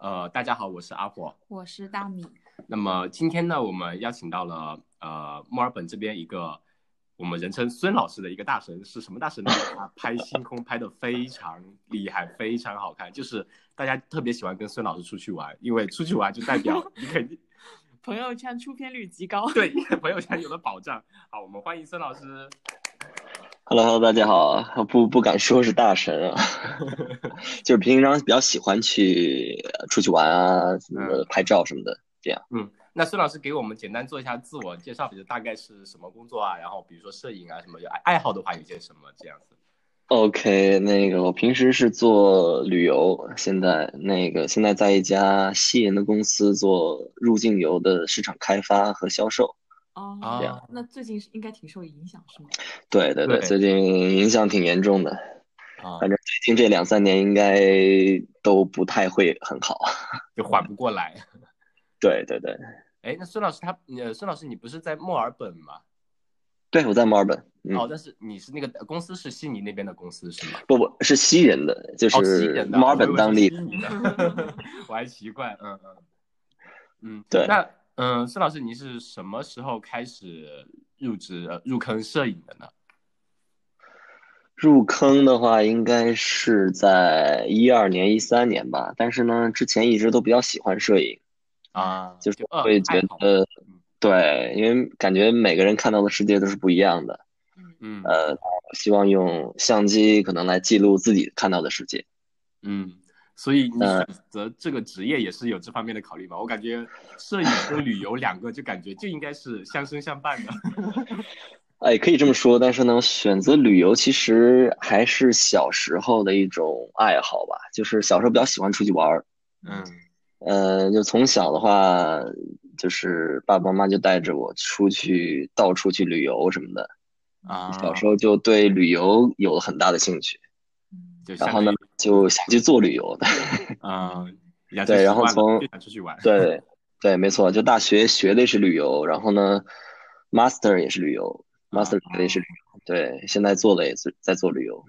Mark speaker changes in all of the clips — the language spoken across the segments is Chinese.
Speaker 1: 呃，大家好，我是阿火。
Speaker 2: 我是大米，
Speaker 1: 那么今天呢，我们邀请到了呃墨尔本这边一个我们人称孙老师的一个大神，是什么大神呢？ 他拍星空拍的非常厉害，非常好看，就是大家特别喜欢跟孙老师出去玩，因为出去玩就代表你肯定
Speaker 3: 朋友圈出片率极高。
Speaker 1: 对朋友圈有了保障。好，我们欢迎孙老师。
Speaker 4: Hello Hello，大家好，不不敢说是大神啊， 就是平常比较喜欢去呃出去玩啊，什么拍照什么的。
Speaker 1: 那孙老师给我们简单做一下自我介绍，比如大概是什么工作啊，然后比如说摄影啊什么，有爱爱好的话有些什么这样子。
Speaker 4: OK，那个我平时是做旅游，现在那个现在在一家西人的公司做入境游的市场开发和销售。
Speaker 3: 哦，
Speaker 1: 啊
Speaker 3: 那最近是应该挺受影响是吗？
Speaker 4: 对对对，
Speaker 1: 对
Speaker 4: 最近影响挺严重的，
Speaker 1: 啊
Speaker 4: 反正最近这两三年应该都不太会很好。
Speaker 1: 就缓不过来。
Speaker 4: 对对对，
Speaker 1: 哎，那孙老师他，呃，孙老师你不是在墨尔本吗？
Speaker 4: 对我在墨尔本，嗯，
Speaker 1: 哦，但是你是那个公司是悉尼那边的公司是吗？
Speaker 4: 不不是西人的，就
Speaker 1: 哦，悉
Speaker 4: 是
Speaker 1: 人的，
Speaker 4: 墨尔本当地
Speaker 1: 我以为是悉尼的， 我还奇怪，嗯嗯嗯，
Speaker 4: 对
Speaker 1: 那嗯、呃孙老师，您是什么时候开始入职呃入坑摄影的呢？
Speaker 4: 入坑的话，应该是在一二年、一三年吧。但是呢，之前一直都比较喜欢摄影，
Speaker 1: 啊，
Speaker 4: 就是
Speaker 1: 呃
Speaker 4: 会觉
Speaker 1: 爱好
Speaker 4: 得
Speaker 1: 嗯，
Speaker 4: 对，因为感觉每个人看到的世界都是不一样的。
Speaker 1: 嗯
Speaker 4: 呃，希望用相机可能来记录自己看到的世界。
Speaker 1: 嗯，所以你
Speaker 4: 呃
Speaker 1: 选择这个职业也是有这方面的考虑吧？我感觉摄影和旅游两个就感觉就应该是相生相伴的。
Speaker 4: 哎，可以这么说，但是呢，选择旅游其实还是小时候的一种爱好吧，就是小时候比较喜欢出去玩儿。
Speaker 1: 嗯
Speaker 4: 呃，就从小的话，就是爸爸妈妈就带着我出去到处去旅游什么的。
Speaker 1: 啊，
Speaker 4: 小时候就对旅游有了很大的兴趣，
Speaker 3: 嗯，
Speaker 1: 就
Speaker 4: 然
Speaker 1: 相
Speaker 4: 后
Speaker 1: 当
Speaker 4: 呢
Speaker 1: 于
Speaker 4: 就想去做旅游的。
Speaker 1: 嗯，养成
Speaker 4: 对，然
Speaker 1: 习
Speaker 4: 后
Speaker 1: 惯了
Speaker 4: 从
Speaker 1: 就想出去玩。
Speaker 4: 对对，没错，就大学学的是旅游，然后呢，master 也是旅游，master 学的也是旅游，对，现在做的也是在做旅游。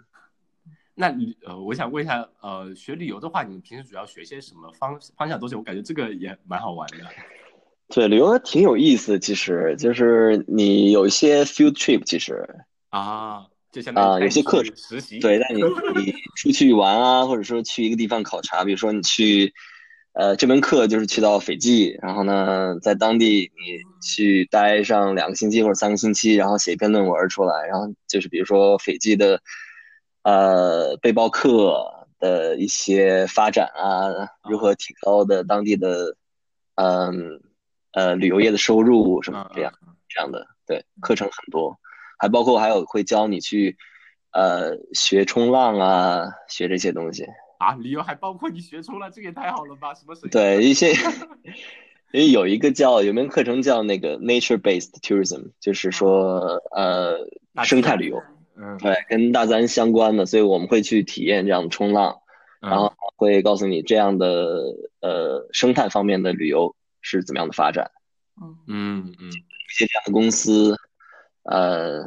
Speaker 1: 那你呃，我想问一下，呃，学旅游的话，你们平时主要学些什么方方向的东西？我感觉这个也蛮好玩的。
Speaker 4: 对，旅游挺有意思，其实就是你有一些 field trip，其实
Speaker 1: 啊，就相当于
Speaker 4: 啊
Speaker 1: 带
Speaker 4: 有些
Speaker 1: 你
Speaker 4: 课
Speaker 1: 去实习。
Speaker 4: 对，让你你出去玩啊，或者说去一个地方考察，比如说你去，呃，这门课就是去到斐济，然后呢，在当地你去待上两个星期或者三个星期，然后写一篇论文出来，然后就是比如说斐济的，呃，背包客的一些发展啊，如何提高的当地的，嗯呃，旅游业的收入什么
Speaker 1: 嗯
Speaker 4: 这样。这样的，对，课程很多，还包括还有会教你去，呃，学冲浪啊，学这些东西，
Speaker 1: 啊，旅游还包括你学出了，这个也太好了吧？什么水？啊
Speaker 4: 对 一些，因为有一个叫有门课程叫那个 nature-based tourism，就是说呃
Speaker 1: 哦大自
Speaker 4: 生态
Speaker 1: 然
Speaker 4: 旅游，
Speaker 1: 嗯，
Speaker 4: 对，跟大自然相关的，所以我们会去体验这样的冲浪，然后会告诉你这样的呃生态方面的旅游是怎么样的发展，
Speaker 3: 嗯，
Speaker 1: 嗯嗯
Speaker 4: 一些这样的公司，呃，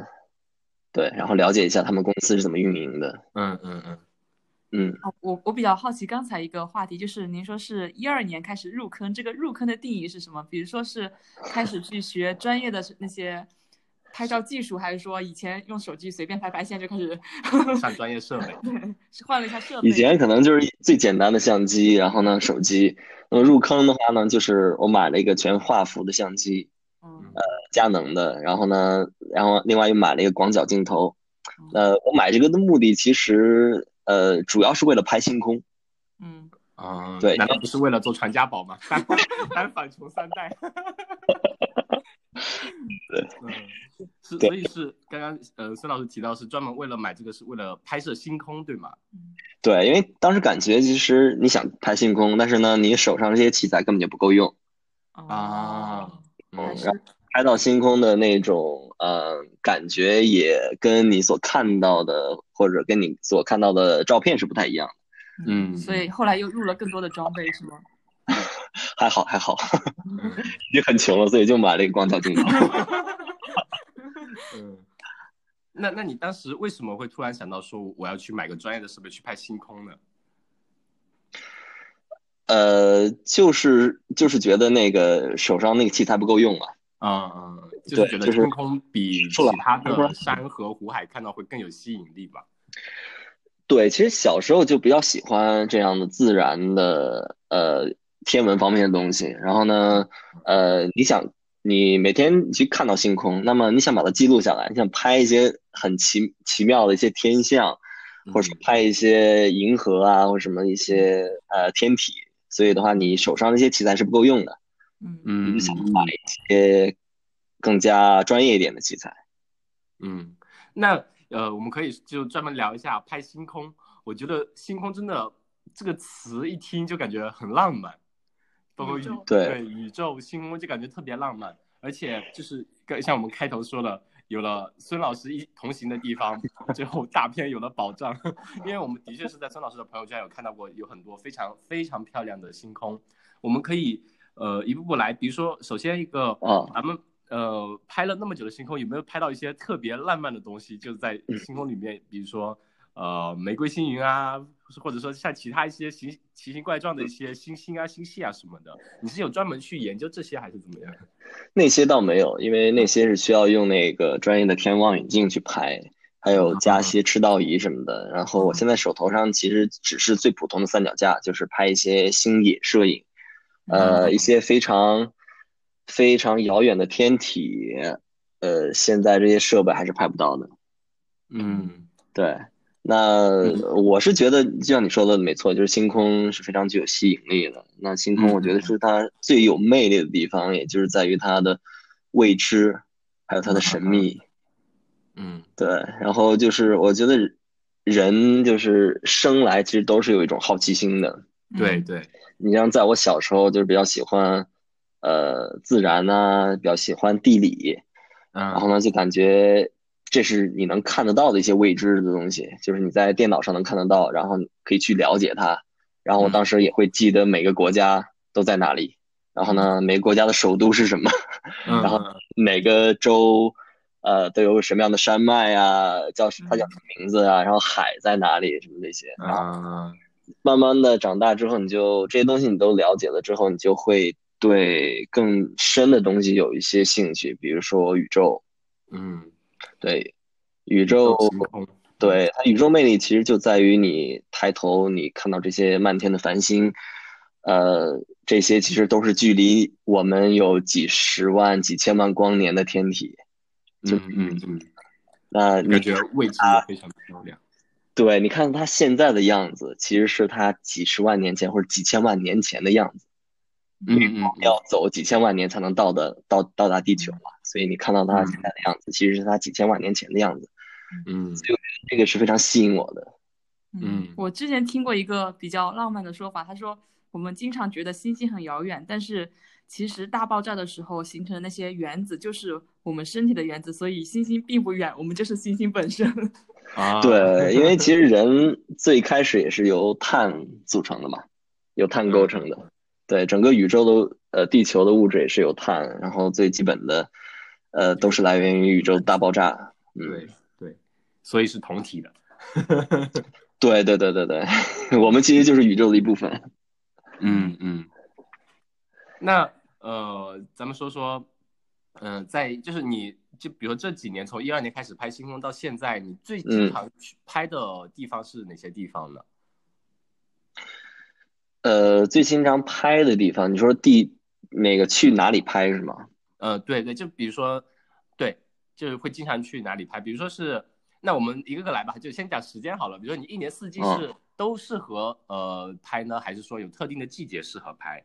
Speaker 4: 对，然后了解一下他们公司是怎么运营的。
Speaker 1: 嗯嗯嗯
Speaker 4: 嗯，
Speaker 3: 哦我我比较好奇刚才一个话题，就是您说是一二年开始入坑，这个入坑的定义是什么？比如说是开始去学专业的那些拍照技术，还是说以前用手机随便拍拍，现在就开始
Speaker 1: 嗯，上专业设备。
Speaker 3: 哦对是换了一下设备？
Speaker 4: 以前可能就是最简单的相机，然后呢手机。那么入坑的话呢，就是我买了一个全画幅的相机，
Speaker 3: 嗯
Speaker 4: 佳能的，然后呢，然后另外又买了一个广角镜头
Speaker 3: 嗯。
Speaker 4: 呃，我买这个的目的其实呃主要是为了拍星空。
Speaker 3: 嗯，
Speaker 1: 嗯，
Speaker 4: 对
Speaker 1: 难道不是为了做传家宝吗？单单反穷三代。
Speaker 4: 对
Speaker 1: 嗯，是，
Speaker 4: 对
Speaker 1: 所以是刚刚呃，孙老师提到是专门为了买这个，是为了拍摄星空，对吗？
Speaker 3: 嗯
Speaker 4: 对，因为当时感觉其实你想拍星空，但是呢你手上这些器材根本就不够用，
Speaker 1: 啊嗯
Speaker 3: 哦还
Speaker 4: 嗯
Speaker 3: 是
Speaker 4: 拍到星空的那种呃感觉也跟你所看到的或者跟你所看到的照片是不太一样的。
Speaker 1: 嗯
Speaker 3: 所以后来又入了更多的装备是吗？
Speaker 4: 还好还好， 已经很穷了，所以就买了一个广角镜头。
Speaker 1: 嗯，那那你当时为什么会突然想到说我要去买个专业的设备去拍星空呢？
Speaker 4: 呃，就是就是觉得那个手上那个器材不够用嘛，
Speaker 1: 嗯，嗯就是觉
Speaker 4: 啊对
Speaker 1: 得
Speaker 4: 就是
Speaker 1: 天空比
Speaker 4: 出来
Speaker 1: 其他
Speaker 4: 出来
Speaker 1: 的山河湖海看到会更有吸引力吧？
Speaker 4: 对，其实小时候就比较喜欢这样的自然的呃天文方面的东西。然后呢，呃，你想你每天去看到星空，那么你想把它记录下来，你想拍一些很奇奇妙的一些天象，或者是
Speaker 1: 嗯
Speaker 4: 拍一些银河啊，或者什么一些呃天体。所以的话，你手上那些器材是不够用的，
Speaker 3: 嗯，
Speaker 4: 你
Speaker 1: 嗯
Speaker 4: 就想买一些更加专业一点的器材。
Speaker 1: 嗯，那呃，我们可以就专门聊一下拍星空。我觉得星空真的这个词一听就感觉很浪漫，包括
Speaker 3: 宇
Speaker 1: 宇
Speaker 3: 宙
Speaker 4: 对
Speaker 1: 宇宙星空就感觉特别浪漫，而且就是跟像我们开头说的，有了孙老师一同行的地方，最后大片有了保障。因为我们的确是在孙老师的朋友圈有看到过有很多非常非常漂亮的星空，我们可以呃一步步来，比如说首先一个
Speaker 4: 啊
Speaker 1: 咱们呃拍了那么久的星空，有没有拍到一些特别浪漫的东西？就是在星空里面，比如说呃玫瑰星云啊，或者说像其他一些形奇形怪状的一些星星啊、星系啊什么的，你是有专门去研究这些还是怎么样？
Speaker 4: 那些倒没有，因为那些是需要用那个专业的天文望远镜去拍，还有
Speaker 1: 啊
Speaker 4: 加一些赤道仪什么的。然后我现在手头上其实只是最普通的三脚架，就是拍一些星野摄影，
Speaker 1: 啊
Speaker 4: 呃，一些非常非常遥远的天体，呃，现在这些设备还是拍不到的。
Speaker 1: 嗯
Speaker 4: 对，那我是觉得，就像你说的没错，就是星空是非常具有吸引力的。那星空，我觉得是它最有魅力的地方，也就是在于它的未知，还有它的神秘。
Speaker 1: 嗯
Speaker 4: 对，然后就是我觉得人就是生来其实都是有一种好奇心的。
Speaker 1: 嗯对对，
Speaker 4: 你像在我小时候，就是比较喜欢呃自然呐、比较喜欢地理，
Speaker 1: 嗯
Speaker 4: 然后呢，就感觉这是你能看得到的一些未知的东西，就是你在电脑上能看得到，然后你可以去了解它。然后我
Speaker 1: 嗯
Speaker 4: 当时也会记得每个国家都在哪里，然后呢，每个国家的首都是什么，
Speaker 1: 嗯
Speaker 4: 然后每个州，呃，都有什么样的山脉啊，叫
Speaker 1: 嗯
Speaker 4: 它叫什么名字啊，然后海在哪里，什么这些。然后
Speaker 1: 啊
Speaker 4: 慢慢的长大之后，你就这些东西你都了解了之后，你就会对更深的东西有一些兴趣，比如说宇宙。
Speaker 1: 嗯，
Speaker 4: 对，宇
Speaker 1: 宇宙
Speaker 4: 宙，
Speaker 1: 星空，
Speaker 4: 对，它宇宙魅力其实就在于你抬头，你看到这些漫天的繁星，呃，这些其实都是距离我们有几十万、几千万光年的天体。
Speaker 1: 嗯嗯嗯，
Speaker 4: 那
Speaker 1: 感
Speaker 4: 你
Speaker 1: 觉位置也非常漂亮。
Speaker 4: 对，你看它现在的样子，其实是它几十万年前或者几千万年前的样子，
Speaker 1: 嗯嗯嗯，
Speaker 4: 要走几千万年才能到的到到达地球嘛。所以你看到它现在的样子，其实是它几千万年前的样子，
Speaker 1: 嗯
Speaker 4: 这个是非常吸引我的。
Speaker 1: 嗯
Speaker 3: 我之前听过一个比较浪漫的说法，他说我们经常觉得星星很遥远，但是其实大爆炸的时候形成的那些原子就是我们身体的原子，所以星星并不远，我们就是星星本身。
Speaker 1: 啊，
Speaker 4: 对，因为其实人最开始也是由碳组成的嘛，由碳构成的。对，整个宇宙的呃，地球的物质也是由碳，然后最基本的呃，都是来源于宇宙的大爆炸。嗯，
Speaker 1: 对对，所以是同体的。
Speaker 4: 对对对对 对，我们其实就是宇宙的一部分。
Speaker 1: 嗯嗯。那呃，咱们说说，嗯、在就是你就比如说这几年从一二年开始拍星空到现在，你最经
Speaker 4: 嗯
Speaker 1: 常去拍的地方是哪些地方呢？
Speaker 4: 呃，最经常拍的地方，你说地那个去哪里拍是吗？
Speaker 1: 呃，对对，就比如说，对，就是会经常去哪里拍，比如说是，那我们一个个来吧，就先讲时间好了。比如说你一年四季
Speaker 4: 嗯
Speaker 1: 是都适合、呃拍呢，还是说有特定的季节适合拍？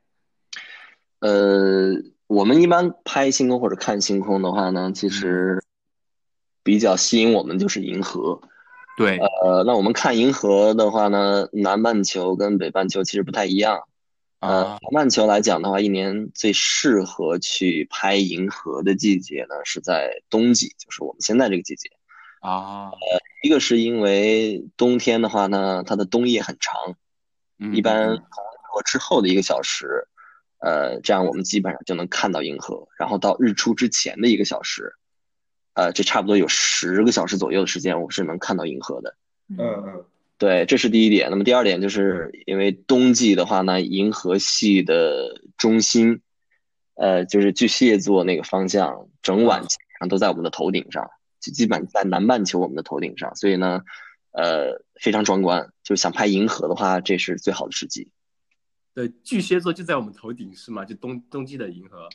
Speaker 4: 呃，我们一般拍星空或者看星空的话呢，其实比较吸引我们就是银河。
Speaker 1: 对，
Speaker 4: 呃，那我们看银河的话呢，南半球跟北半球其实不太一样。呃，
Speaker 1: 啊，
Speaker 4: 南半球来讲的话，一年最适合去拍银河的季节呢，是在冬季，就是我们现在这个季节。
Speaker 1: 啊，
Speaker 4: 一个是因为冬天的话呢，它的冬夜很长，
Speaker 1: 嗯
Speaker 4: 一
Speaker 1: 嗯
Speaker 4: 般从日落之后的一个小时，呃，这样我们基本上就能看到银河。然后到日出之前的一个小时，呃，这差不多有十个小时左右的时间，我们是能看到银河的。
Speaker 1: 嗯嗯，
Speaker 4: 对，这是第一点。那么第二点，就是因为冬季的话呢，银河系的中心，呃，就是巨蟹座那个方向，整晚基本上都在我们的头顶上，基基本在南半球我们的头顶上，所以呢，呃，非常壮观。就是想拍银河的话，这是最好的时机。
Speaker 1: 对，巨蟹座就在我们头顶是吗？就冬冬季的银河，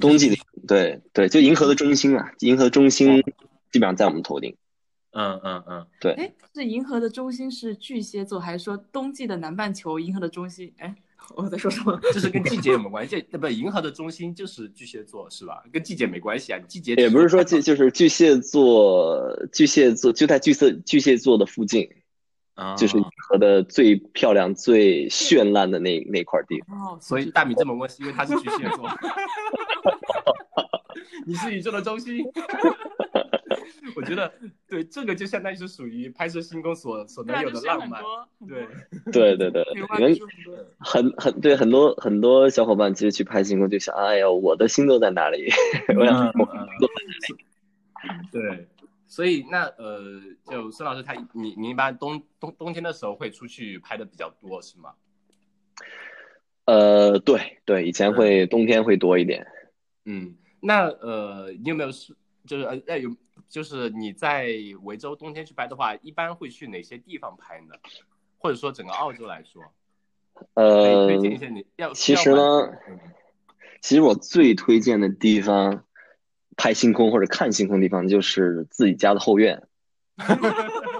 Speaker 4: 冬季的，对对，就银河的中心啊，银河中心基本上在我们头顶。
Speaker 1: 嗯嗯嗯，
Speaker 4: 对，
Speaker 3: 哎，是银河的中心是巨蟹座，还是说冬季的南半球银河的中心？哎，我在说什么？
Speaker 1: 这是跟季节有没有关系？ 这不，银河的中心就是巨蟹座是吧？跟季节没关系啊，季节
Speaker 4: 也不是说巨就是巨蟹座，巨蟹座就在巨蟹巨蟹座的附近，
Speaker 1: 啊，
Speaker 4: 就是银河的最漂亮、最绚烂的那那块地方。
Speaker 3: 哦，
Speaker 1: 所以大米这么问是因为他是巨蟹座， 你是宇宙的中心。 我觉得对这个就相当于是属于拍摄星空所所能
Speaker 3: 那
Speaker 1: 有
Speaker 3: 啊就
Speaker 1: 的
Speaker 3: 是
Speaker 1: 浪
Speaker 3: 很
Speaker 1: 漫，
Speaker 3: 多很多
Speaker 1: 对，
Speaker 4: 对 对对，
Speaker 3: 对
Speaker 4: 对
Speaker 3: 外
Speaker 4: 你们
Speaker 3: 就是很多
Speaker 4: 很很对，很多很多小伙伴其实去拍星空就想，哎呀，我的星座在哪里？ 我想
Speaker 1: 嗯嗯 对，所以那呃，就孙老师他你你一般冬冬冬天的时候会出去拍的比较多是吗？
Speaker 4: 呃，对对，以前会冬天会多一点。
Speaker 1: 嗯，那呃，你有没有是就是呃那有就是你在维州冬天去拍的话，一般会去哪些地方拍呢？或者说整个澳洲来说，可以
Speaker 4: 呃，
Speaker 1: 推荐一些你要
Speaker 4: 其
Speaker 1: 要
Speaker 4: 实呢
Speaker 1: 玩的嗯
Speaker 4: 其实我最推荐的地方，拍星空或者看星空的地方就是自己家的后院。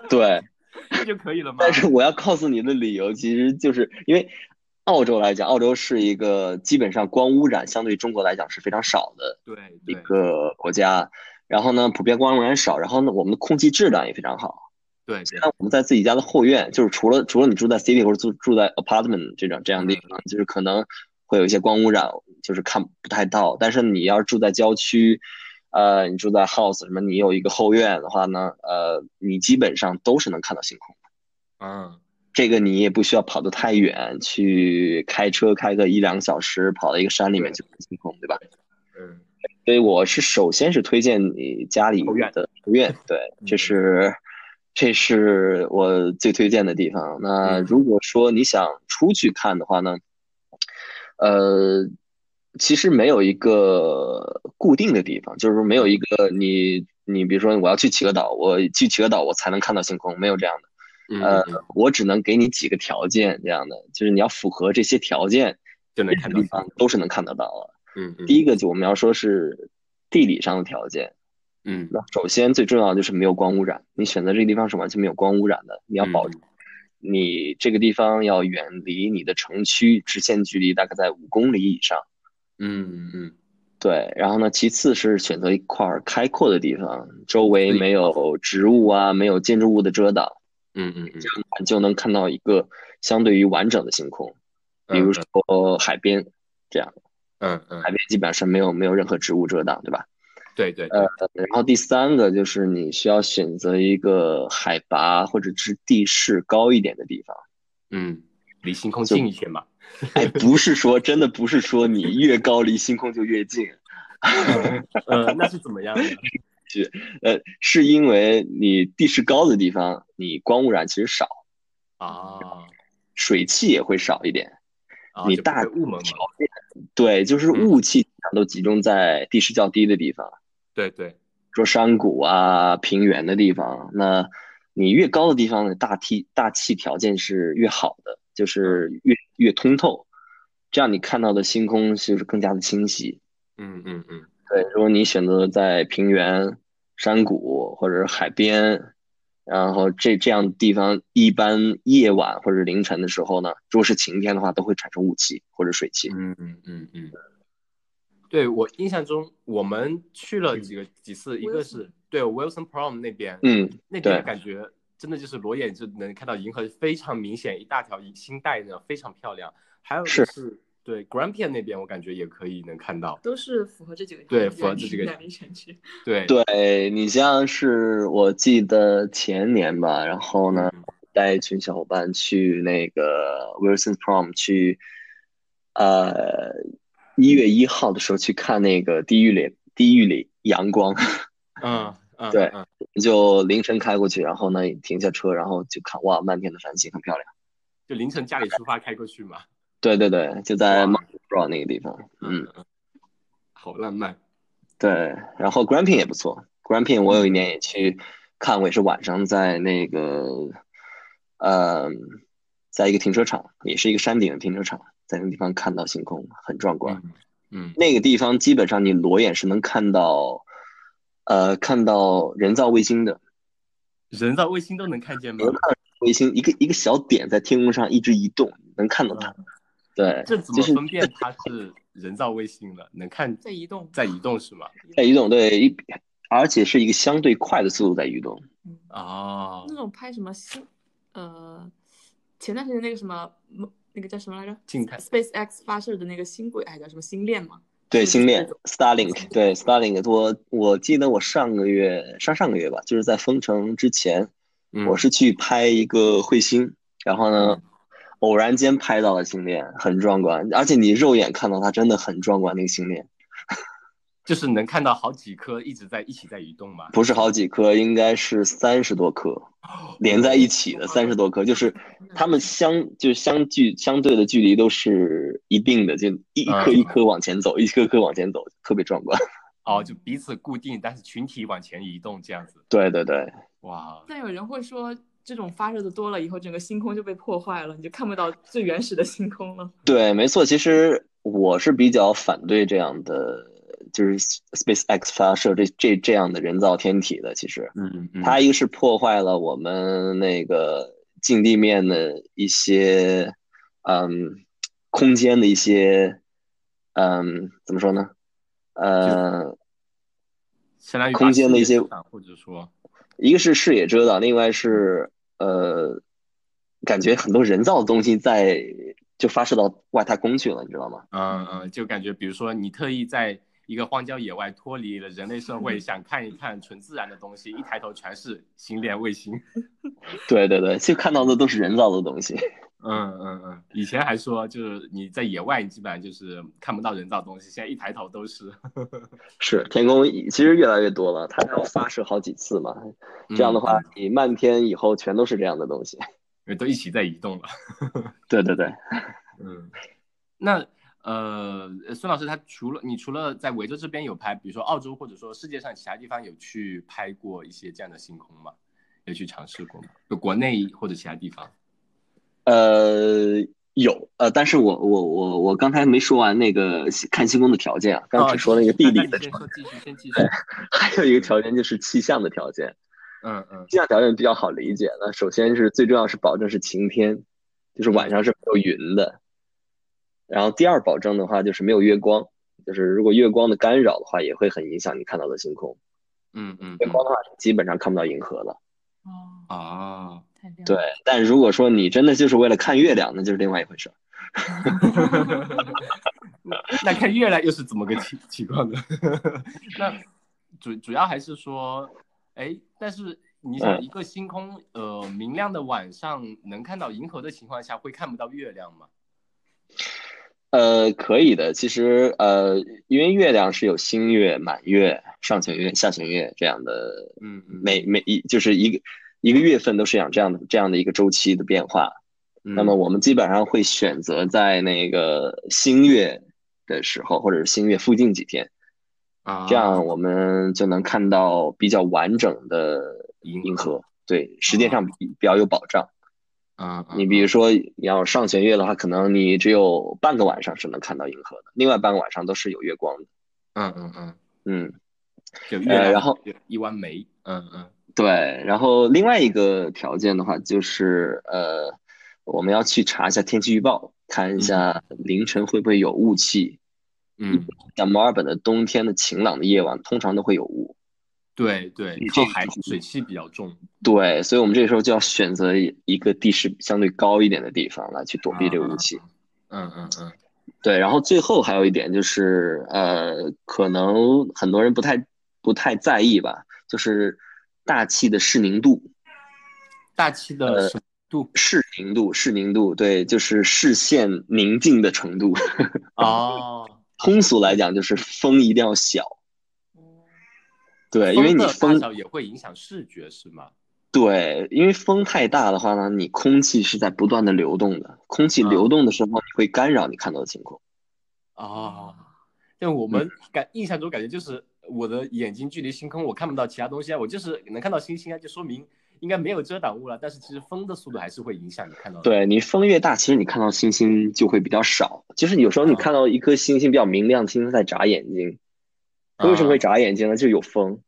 Speaker 4: 对，
Speaker 1: 这就可以了吗？
Speaker 4: 但是我要告诉你的理由，其实就是因为澳洲来讲，澳洲是一个基本上光污染相对于中国来讲是非常少的
Speaker 1: 对
Speaker 4: 一
Speaker 1: 对
Speaker 4: 个国家。然后呢，普遍光污染少，然后呢，我们的空气质量也非常好。
Speaker 1: 对
Speaker 4: 那我们在自己家的后院，就是除了除了你住在 city 或者住住在 apartment 这种这样的地方，就是可能会有一些光污染，就是看不太到。但是你要是住在郊区，呃，你住在 house 什么，你有一个后院的话呢，呃，你基本上都是能看到星空。
Speaker 1: 嗯
Speaker 4: 这个你也不需要跑得太远，去开车开个一两个小时，跑到一个山里面
Speaker 1: 对
Speaker 4: 去看星空，对吧？
Speaker 1: 嗯
Speaker 4: 所以我是首先是推荐你家里
Speaker 1: 后院
Speaker 4: 的 后院，对，
Speaker 1: 嗯
Speaker 4: 这是这是我最推荐的地方。
Speaker 1: 嗯
Speaker 4: 那如果说你想出去看的话呢，呃，其实没有一个固定的地方，就是说没有一
Speaker 1: 嗯
Speaker 4: 个你你比如说我要去企鹅岛，我去企鹅岛我才能看到星空，没有这样的。
Speaker 1: 嗯
Speaker 4: 呃
Speaker 1: 嗯，
Speaker 4: 我只能给你几个条件这样的，就是你要符合这些条件，
Speaker 1: 就能看到
Speaker 4: 地方都是能看得到的。
Speaker 1: 嗯嗯
Speaker 4: 第一个就我们要说是地理上的条件。
Speaker 1: 嗯
Speaker 4: 那首先最重要的就是没有光污染，你选择这个地方是完全没有光污染的。你要
Speaker 1: 嗯
Speaker 4: 保证你这个地方要远离你的城区，直线距离大概在五公里以上。
Speaker 1: 嗯嗯
Speaker 4: 对，然后呢，其次是选择一块儿开阔的地方，周围
Speaker 1: 对
Speaker 4: 没有植物啊，没有建筑物的遮挡，
Speaker 1: 嗯嗯嗯，
Speaker 4: 你就能看到一个相对于完整的星空。比如说海边，
Speaker 1: 嗯嗯
Speaker 4: 海边基本上是没有没有任何植物遮挡，对吧？
Speaker 1: 对对
Speaker 4: 呃，然后第三个就是你需要选择一个海拔或者是地势高一点的地方。
Speaker 1: 嗯，离星空近一些嘛。
Speaker 4: 哎，不是说真的，不是说你越高离星空就越近，
Speaker 1: 呃，那是怎么样的？
Speaker 4: 呃，是因为你地势高的地方，你光污染其实少，
Speaker 1: 啊，
Speaker 4: 水汽也会少一点。
Speaker 1: 啊
Speaker 4: 你
Speaker 1: 就不
Speaker 4: 大
Speaker 1: 会雾蒙蒙。
Speaker 4: 对，就是
Speaker 1: 嗯
Speaker 4: 雾气都集中在地势较低的地方，
Speaker 1: 对对，
Speaker 4: 说山谷啊、平原的地方，那你越高的地方，大气大气条件是越好的，就是越越通透，这样你看到的星空就是更加的清晰。
Speaker 1: 嗯嗯嗯
Speaker 4: 对，如果你选择在平原、山谷或者是海边，然后这这样地方，一般夜晚或者凌晨的时候呢，如果是晴天的话，都会产生雾气或者水汽。
Speaker 1: 嗯嗯嗯嗯。对我印象中，我们去了几个几次，一个是对 Wilson Prom 那边，
Speaker 4: 嗯，
Speaker 1: 那边的
Speaker 4: 对
Speaker 1: 感觉真的就是裸眼就能看到银河，非常明显一大条银星带呢，非常漂亮。还有就是是对 Grampian 那边，我感觉也可以能看到。
Speaker 3: 都是符合这几个
Speaker 1: 对
Speaker 3: 条件
Speaker 1: 符合这几个
Speaker 3: 远离城区。
Speaker 1: 对
Speaker 4: 对，你像是我记得前年吧，然后呢，
Speaker 1: 嗯
Speaker 4: 带一群小伙伴去那个 Wilson's Prom 去，呃，一月一号的时候去看那个地狱里地狱里阳光，
Speaker 1: 嗯嗯，
Speaker 4: 对
Speaker 1: 嗯
Speaker 4: 就凌晨开过去，然后呢停下车，然后就看哇，漫天的繁星很漂亮。
Speaker 1: 就凌晨家里出发开过去嘛，
Speaker 4: 对对对，就
Speaker 1: 哇
Speaker 4: 在 m o n t r o 那个地方，嗯，，
Speaker 1: 好浪漫，
Speaker 4: 对。然后 Grampian 也不错，Grampian 我有一年也去看，我也是晚上在那个，呃，在一个停车场，也是一个山顶的停车场，在那个地方看到星空，很壮观。
Speaker 1: 嗯
Speaker 4: 那个地方基本上你裸眼是能看到，呃，看到人造卫星的，
Speaker 1: 人造卫星都能看见吗
Speaker 4: 能？看到卫星一个一个小点在天空上一直移动，能看到
Speaker 3: 嗯
Speaker 4: 它。对，
Speaker 1: 这怎
Speaker 4: 就
Speaker 1: 么
Speaker 4: 是
Speaker 1: 分辨它是人造卫星了？能看
Speaker 3: 在移动，
Speaker 1: 在移动是吗？
Speaker 4: 在移动，对，一而且是一个相对快的速度在移动。
Speaker 3: 嗯
Speaker 1: 哦
Speaker 3: 那，种拍什么星，呃，前段时间那个什么，嗯那个叫什么来着
Speaker 1: 静态
Speaker 3: ？SpaceX 发射的那个星轨，还叫什么星链嘛？是不
Speaker 4: 对，
Speaker 3: 是
Speaker 4: 星链
Speaker 3: 这种
Speaker 4: Starlink，对 Starlink，我我记得我上个月上上个月吧，就是在封城之前，
Speaker 1: 嗯
Speaker 4: 我是去拍一个彗星，然后呢
Speaker 1: 嗯，
Speaker 4: 偶然间拍到了星链，很壮观，而且你肉眼看到它真的很壮观，那个星链
Speaker 1: 就是能看到好几颗一直在一起在移动嘛？
Speaker 4: 不是好几颗，应该是三十多颗连在一起的，三十多颗，就是它们相就是相距相对的距离都是一定的，就一一颗
Speaker 1: 嗯
Speaker 4: 一颗往前走，一颗颗往前走，特别壮观。
Speaker 1: 哦，就彼此固定，但是群体往前移动这样子。
Speaker 4: 对对对，
Speaker 1: 哇，
Speaker 3: 但有人会说，这种发射的多了以后，整个星空就被破坏了，你就看不到最原始的星空了。
Speaker 4: 对，没错。其实我是比较反对这样的，就是 SpaceX 发射这这这样的人造天体的。其实，
Speaker 1: 嗯嗯
Speaker 4: 它一个是破坏了我们那个近地面的一些，嗯，空间的一些，嗯，怎么说呢？呃，
Speaker 1: 相当于把
Speaker 4: 空间的一
Speaker 1: 视
Speaker 4: 些
Speaker 1: 野遮挡或者说，
Speaker 4: 一个是视野遮挡，另外是呃，感觉很多人造的东西在就发射到外太空去了，你知道吗？
Speaker 1: 嗯嗯，就感觉比如说你特意在一个荒郊野外脱离了人类社会，
Speaker 4: 嗯
Speaker 1: 想看一看纯自然的东西，一抬头全是星链卫星。
Speaker 4: 对对对，就看到的都是人造的东西。
Speaker 1: 嗯嗯嗯，以前还说就是你在野外，你基本上就是看不到人造东西，现在一抬头都是。
Speaker 4: 是天宫其实越来越多了，它要发射好几次嘛。这样的话，你漫天以后全都是这样的东西。
Speaker 1: 嗯，都一起在移动了。
Speaker 4: 对对对，
Speaker 1: 嗯，那呃，孙老师他除了你除了在维州这边有拍，比如说澳洲或者说世界上其他地方有去拍过一些这样的星空吗？有去尝试过吗？就国内或者其他地方？
Speaker 4: 呃，有呃，但是我我我我刚才没说完那个看星空的条件啊，刚刚只说了一个 地理
Speaker 1: 哦那
Speaker 4: 的
Speaker 1: 你先
Speaker 4: 条
Speaker 1: 说
Speaker 4: 件，
Speaker 1: 继续，先继续。
Speaker 4: 还有一个条件就是气象的条件。
Speaker 1: 嗯嗯
Speaker 4: 气象条件比较好理解那首先是最重要是保证是晴天，就是晚上是没有云的。然后第二保证的话就是没有月光，就是如果月光的干扰的话，也会很影响你看到的星空。
Speaker 1: 嗯嗯
Speaker 4: 月
Speaker 1: 嗯。
Speaker 4: 光的话，基本上看不到银河了。
Speaker 3: 哦，
Speaker 1: 哦，
Speaker 3: 太亮了。
Speaker 4: 对，但如果说你真的就是为了看月亮，那就是另外一回事儿。
Speaker 1: 那看月亮又是怎么个情情况呢？ 那主主要还是说，哎，但是你想
Speaker 4: 嗯
Speaker 1: 一个星空，呃，明亮的晚上能看到银河的情况下，会看不到月亮吗？
Speaker 4: 呃，可以的。其实，呃，因为月亮是有新月、满月、上弦月、下弦月这样的，
Speaker 1: 嗯嗯
Speaker 4: 每每一就是一个一个月份都是有这样的这样的一个周期的变化。
Speaker 1: 嗯
Speaker 4: 那么我们基本上会选择在那个新月的时候，或者是新月附近几天，
Speaker 1: 啊，
Speaker 4: 这样我们就能看到比较完整的
Speaker 1: 银
Speaker 4: 银河，对，时间上比比较有保障。
Speaker 1: 啊，
Speaker 4: 你比如说，你要上弦月的话，可能你只有半个晚上是能看到银河的，另外半个晚上都是有月光的。
Speaker 1: 嗯嗯嗯，
Speaker 4: 嗯，
Speaker 1: 就月亮，
Speaker 4: 呃然后
Speaker 1: 一弯眉，嗯嗯
Speaker 4: 对。然后另外一个条件的话，就是呃，我们要去查一下天气预报，看一下凌晨会不会有雾气。
Speaker 1: 嗯，
Speaker 4: 像墨尔本的冬天的晴朗的夜晚，通常都会有雾。
Speaker 1: 对对，靠
Speaker 4: 这
Speaker 1: 海水汽比较重，
Speaker 4: 对，所以我们这时候就要选择一一个地势相对高一点的地方来去躲避这个雾气。
Speaker 1: 嗯嗯嗯
Speaker 4: 对，然后最后还有一点就是，呃，可能很多人不太不太在意吧，就是大气的适凝度，
Speaker 1: 大气的
Speaker 4: 呃
Speaker 1: 什么度
Speaker 4: 适凝度，适凝度，对，就是视线宁静的程度。 嗯
Speaker 1: 哦，
Speaker 4: 通俗来讲，就是风一定要小，
Speaker 3: 哦，
Speaker 4: 对，因为你
Speaker 1: 风
Speaker 4: 风
Speaker 1: 的大小也会影响视觉是吗？
Speaker 4: 对，因为风太大的话呢，你空气是在不断的流动的，空气
Speaker 1: 嗯
Speaker 4: 流动的时候，你会干扰你看到的情况。
Speaker 1: 啊，但我们感印象中感觉就是我的眼睛距离星空，我看不到其他东西啊，我就是能看到星星啊，就说明应该没有遮挡物了。但是其实风的速度还是会影响你看到的。
Speaker 4: 对你风越大，其实你看到星星就会比较少。就是有
Speaker 1: 嗯
Speaker 4: 时候你看到一颗星星比较明亮，星星在眨眼睛，它为什么会眨眼睛呢？就有风，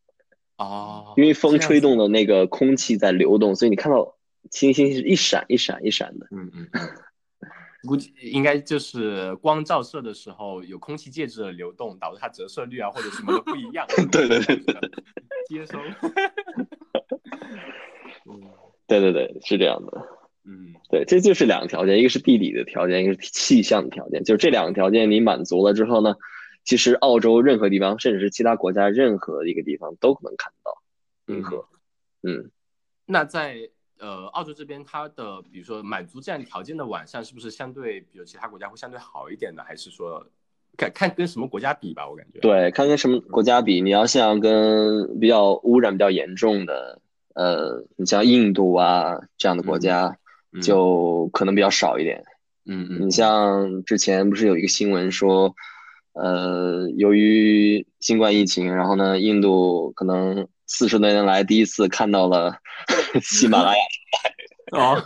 Speaker 1: 啊，
Speaker 4: 因为风吹
Speaker 1: 这样
Speaker 4: 动的那个空气在流动，所以你看到星星是一闪一闪一闪的。
Speaker 1: 子，嗯嗯嗯，估计应该就是光照射的时候有空气介质的流动，导致它折射率啊或者什么的不一样。
Speaker 4: 对对对对，
Speaker 1: 接收。嗯
Speaker 4: 对对对，是这样的。
Speaker 1: 嗯
Speaker 4: 对，这就是两个条件，一个是地理的条件，一个是气象的条件。就这两个条件你满足了之后呢，其实澳洲任何地方，甚至是其他国家任何一个地方都能看到银河。嗯，
Speaker 1: 嗯那在呃澳洲这边，它的比如说满足这样条件的晚上，是不是相对比如其他国家会相对好一点呢？还是说看看跟什么国家比吧？我感觉
Speaker 4: 对，看跟什么国家比，你要像跟比较污染比较严重的，呃，你像印度啊这样的国家，
Speaker 1: 嗯
Speaker 4: 就可能比较少一点。
Speaker 1: 嗯嗯
Speaker 4: 你像之前不是有一个新闻说，呃，由于新冠疫情，然后呢，印度可能四十多年来第一次看到了 喜马拉雅。
Speaker 1: 哦，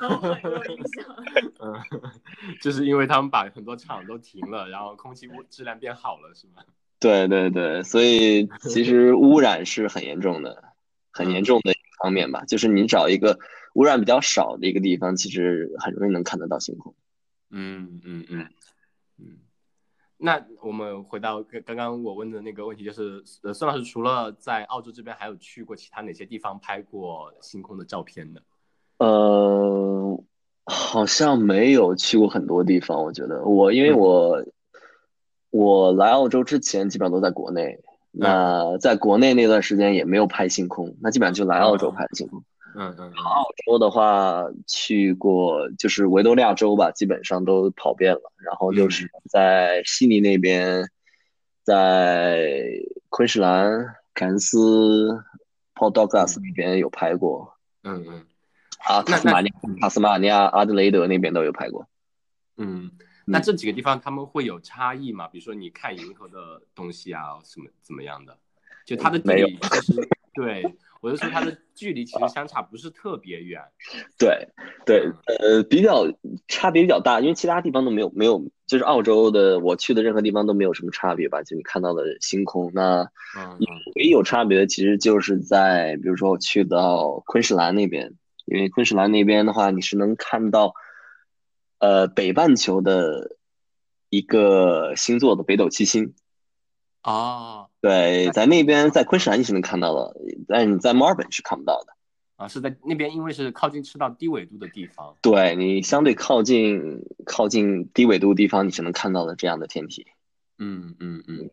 Speaker 3: 有印象。
Speaker 1: 嗯，就是因为他们把很多厂都停了，然后空气污质量变好了，是吗？
Speaker 4: 对对对，所以其实污染是很严重的，很严重的一方面吧。就是你找一个污染比较少的一个地方，其实很容易能看得到星空。
Speaker 1: 嗯嗯嗯嗯。那我们回到刚刚刚我问的那个问题，就是呃，孙老师除了在澳洲这边，还有去过其他哪些地方拍过星空的照片呢？
Speaker 4: 呃，好像没有去过很多地方，我觉得我因为
Speaker 1: 嗯
Speaker 4: 我我来澳洲之前基本上都在国内，那在国内那段时间也没有拍星空，那基本上就来澳洲拍的星空。
Speaker 1: 嗯嗯嗯。
Speaker 4: 澳洲的话去过就是维多利亚州吧，基本上都跑遍了，然后就是在悉尼那边，在昆士兰、凯恩斯、Port Douglas 那边有拍过。
Speaker 1: 嗯嗯
Speaker 4: 啊，
Speaker 1: 那
Speaker 4: 塔斯马尼亚、塔斯马尼亚、阿德雷德那边都有拍过。
Speaker 1: 嗯，那这几个地方他们会有差异吗？比如说你看银河的东西啊，什么怎么样的？就它的地
Speaker 4: 没有
Speaker 1: 理其实对我就说它的距离其实相差不是特别远。嗯
Speaker 4: 对，对，呃，比较差别比较大，因为其他地方都没有没有，就是澳洲的我去的任何地方都没有什么差别吧，就你看到的星空。那
Speaker 1: 嗯
Speaker 4: 唯一有差别的其实就是在，比如说我去到昆士兰那边，因为昆士兰那边的话，你是能看到，呃，北半球的一个星座的北斗七星。
Speaker 1: 哦
Speaker 4: 对，在那边在昆士兰你是能看到的，但你在墨尔本是看不到的。
Speaker 1: 啊，是在那边，因为是靠近赤道低纬度的地方。
Speaker 4: 对你相对靠近靠近低纬度地方，你是能看到的这样的天体。
Speaker 1: 嗯嗯嗯。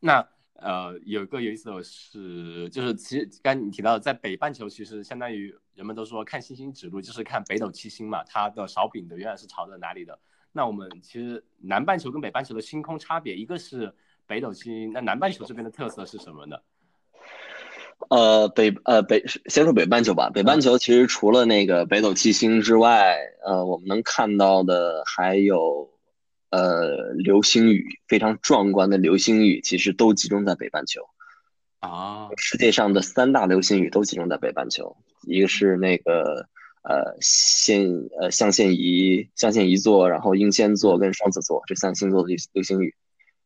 Speaker 1: 那呃，有一个有意思的是，就是其实刚才你提到，在北半球其实相当于人们都说看星星指路就是看北斗七星嘛，它的勺柄的永远是朝着哪里的。那我们其实南半球跟北半球的星空差别，一个是北斗七星，那南半球这边的特色是什么呢？
Speaker 4: 呃，北呃北，先说北半球吧。北半球其实除了那个北斗七星之外，呃，我们能看到的还有呃流星雨，非常壮观的流星雨，其实都集中在北半球。
Speaker 1: 啊，
Speaker 4: 世界上的三大流星雨都集中在北半球，一个是那个呃线呃象限仪象限仪座，然后英仙座跟双子座这三个星座的流流星雨，